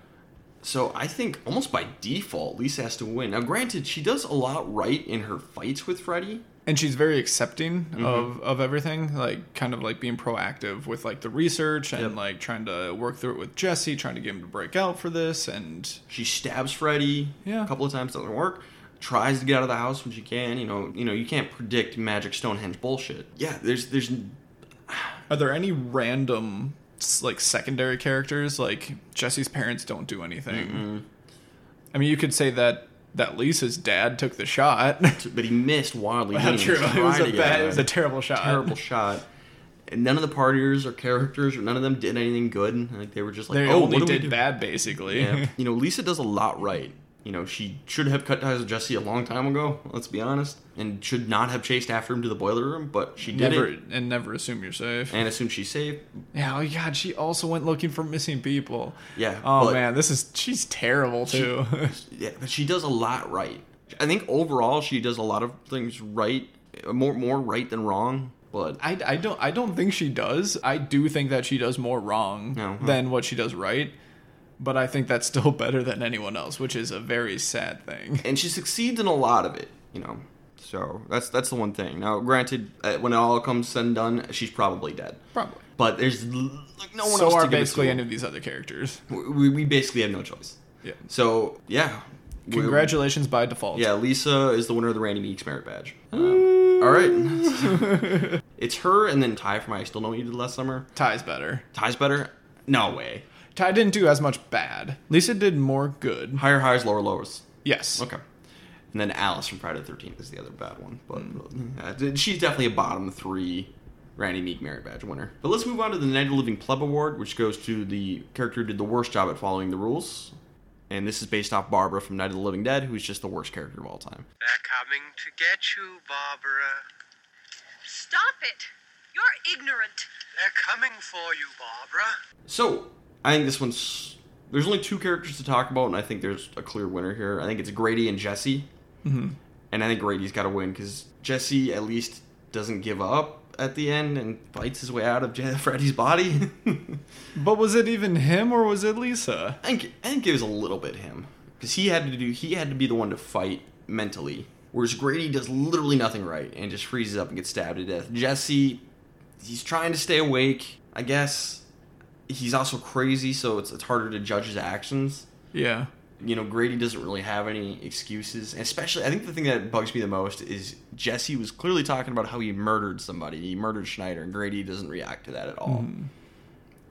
Speaker 1: So I think almost by default, Lisa has to win. Now, granted, she does a lot right in her fights with Freddy.
Speaker 2: and she's very accepting
Speaker 1: Mm-hmm.
Speaker 2: of of everything like kind of like being proactive with like the research and
Speaker 1: Yep.
Speaker 2: like trying to work through it with jesse trying to get him to break out for this and
Speaker 1: She stabs Freddy
Speaker 2: Yeah.
Speaker 1: a couple of times, doesn't work. Tries to get out of the house when she can. You know, you know, you can't predict magic Stonehenge bullshit. Yeah, there's there's
Speaker 2: are there any random s- like secondary characters like jesse's parents don't do anything i mean you could say that that lisa's dad took the
Speaker 1: (laughs)
Speaker 2: shot (laughs)
Speaker 1: but he missed wildly. He
Speaker 2: Not
Speaker 1: didn't
Speaker 2: true. (laughs)
Speaker 1: even
Speaker 2: it
Speaker 1: try
Speaker 2: was
Speaker 1: to
Speaker 2: a
Speaker 1: get
Speaker 2: bad
Speaker 1: out.
Speaker 2: it was a terrible shot
Speaker 1: terrible shot. And none of the partiers or characters or none of them did anything good. Like they were just like,
Speaker 2: they
Speaker 1: oh, what
Speaker 2: only
Speaker 1: do we
Speaker 2: did
Speaker 1: do?
Speaker 2: bad basically (laughs)
Speaker 1: Yeah. (laughs) you know, Lisa does a lot right. You know, she should have cut ties with Jesse a long time ago, let's be honest, and should not have chased after him to the boiler room, but she did
Speaker 2: never
Speaker 1: it
Speaker 2: and never assume you're safe
Speaker 1: and assumed she's safe.
Speaker 2: Yeah, oh god, she also went looking for missing people.
Speaker 1: Yeah,
Speaker 2: Oh
Speaker 1: but-
Speaker 2: man, this is she's terrible too. (laughs)
Speaker 1: Yeah, but she does a lot right. I think overall she does a lot of things right, more more right than wrong, but
Speaker 2: I, I don't I don't think she does. I do think that she does more wrong
Speaker 1: No, huh.
Speaker 2: than what she does right. But I think that's still (laughs) better than anyone else, which is a very sad thing.
Speaker 1: and she succeeds in a lot of it, you know. So that's that's the one thing. Now, granted, uh, when it all comes said and done, she's probably dead.
Speaker 2: (laughs) Probably.
Speaker 1: But there's l- like no one
Speaker 2: so
Speaker 1: else
Speaker 2: are
Speaker 1: to give it to.
Speaker 2: basically any of these other characters.
Speaker 1: we, we basically have no choice.
Speaker 2: Yeah.
Speaker 1: So yeah, We-
Speaker 2: Congratulations by default.
Speaker 1: Yeah, Lisa is the winner of the Randy Meeks merit badge. Um, Uh, all right. It's her and then Ty from I Still Know What You Did Last Summer.
Speaker 2: Ty's better.
Speaker 1: Ty's better? No way.
Speaker 2: Ty didn't do as much bad. Lisa did more good.
Speaker 1: Higher highs, lower lows.
Speaker 2: Yes.
Speaker 1: Okay. And then Alice from Friday the Thirteenth is the other bad one, but uh, she's definitely a bottom three. Randy Meek merit badge winner. But let's move on to the Night of the Living Pleb Award, which goes to the character who did the worst job at following the rules. And this is based off Barbara from Night of the Living Dead, who's just the worst character of all time.
Speaker 3: They're coming to get you, Barbara.
Speaker 5: Stop it! You're ignorant.
Speaker 3: They're coming for you, Barbara.
Speaker 1: So I think this one's there's only two characters to talk about, and I think there's a clear winner here. I think it's Grady and Jesse, mm-hmm. and I think Grady's got to win because Jesse at least doesn't give up at the end and fights his way out of Je- (laughs) Freddy's body.
Speaker 2: But was it even him or was it Lisa?
Speaker 1: I think I think it was a little bit him because he had to do he had to be the one to fight mentally, whereas Grady does literally nothing right and just freezes up and gets stabbed to death. Jesse, he's trying to stay awake, I guess. He's also crazy, so it's it's harder to judge his actions.
Speaker 2: Yeah.
Speaker 1: You know, Grady doesn't really have any excuses, and especially I think the thing that bugs me the most is Jesse was clearly talking about how he murdered somebody. He murdered Schneider, and Grady doesn't react to that at all,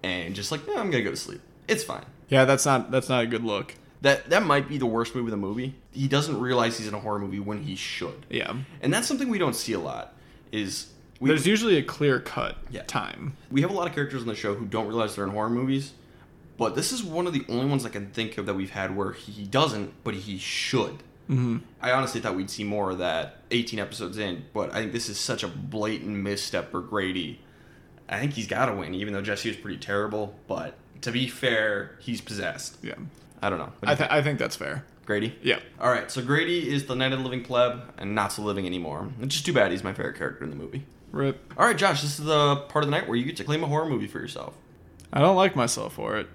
Speaker 1: and just like, no, I'm gonna go to sleep. It's fine
Speaker 2: Yeah, that's not that's not a good look.
Speaker 1: that that might be the worst move of the movie. He doesn't realize he's in a horror movie when he should.
Speaker 2: Yeah.
Speaker 1: And that's something we don't see a lot is we
Speaker 2: There's usually a clear cut
Speaker 1: Yeah.
Speaker 2: time.
Speaker 1: we have a lot of characters on the show who don't realize they're in horror movies, but this is one of the only ones I can think of that we've had where he doesn't, but he should. Mm-hmm. I honestly thought we'd see more of that 18 episodes in, but I think this is such a blatant misstep for Grady. I think he's got to win, even though Jesse was pretty terrible. But to be fair, he's possessed.
Speaker 2: Yeah.
Speaker 1: I don't know. What do you
Speaker 2: I, th- I think that's fair.
Speaker 1: think, Grady?
Speaker 2: Yeah.
Speaker 1: All right, so Grady is the Knight of the Living Pleb and not so living anymore. It's just too bad he's my favorite character in the movie.
Speaker 2: Rip.
Speaker 1: All right, Josh, this is the part of the night where you get to claim a horror movie for yourself.
Speaker 2: I don't like myself for it.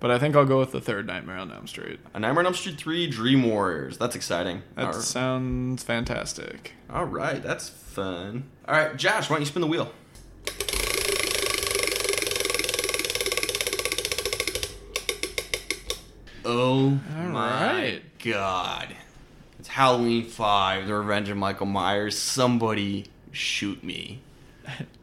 Speaker 2: But I think I'll go with the third Nightmare on Elm Street.
Speaker 1: A Nightmare on Elm Street 3 Dream Warriors. That's exciting.
Speaker 2: That
Speaker 1: All right.
Speaker 2: sounds fantastic.
Speaker 1: All right, that's fun. All right, Josh, why don't you spin the wheel? Oh my
Speaker 2: right.
Speaker 1: god. It's Halloween 5, The Revenge of Michael Myers. Somebody shoot me.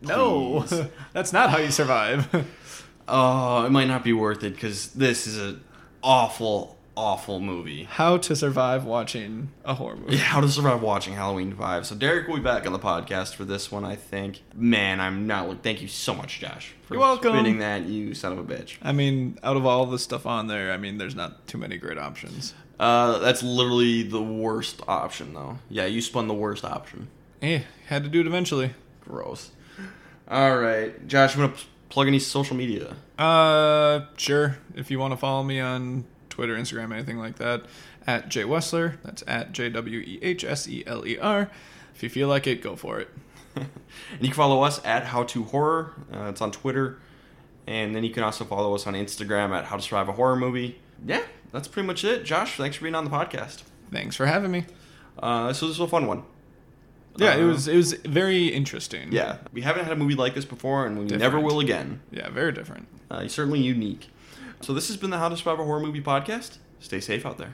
Speaker 1: Please.
Speaker 2: (laughs) that's not how you survive. (laughs)
Speaker 1: Oh, it might not be worth it because this is an awful, awful movie.
Speaker 2: how to survive watching a horror movie.
Speaker 1: How to survive watching Halloween 5. So Derek will be back on the podcast for this one, I think. Man, I'm not look. Thank you so much, Josh, for
Speaker 2: You're welcome.
Speaker 1: spinning that, you son of a bitch.
Speaker 2: I mean, out of all the stuff on there, I mean, there's not too many great options.
Speaker 1: Uh, that's literally the worst option, though. Yeah, you spun the worst option.
Speaker 2: Hey, Eh, had to do it eventually.
Speaker 1: Gross. All right, Josh, you want to plug any social media?
Speaker 2: Uh, sure. If you want to follow me on Twitter, Instagram, anything like that, at Jay Wessler. That's at J W E H S E L E R. If you feel like it, go for it.
Speaker 1: And you can follow us at How to Horror. Uh, it's on Twitter, and then you can also follow us on Instagram at How to Survive a Horror Movie. Yeah, that's pretty much it. Josh, thanks for being on the podcast.
Speaker 2: Thanks for having me. Um,
Speaker 1: Uh, so this was a fun one.
Speaker 2: Yeah, it
Speaker 1: Uh,
Speaker 2: was it was very interesting.
Speaker 1: Yeah, we haven't had a movie like this before, and we never
Speaker 2: Different.
Speaker 1: will again.
Speaker 2: yeah, very different.
Speaker 1: Uh, certainly unique. So this has been the How to Survive a Horror Movie podcast. Stay safe out there.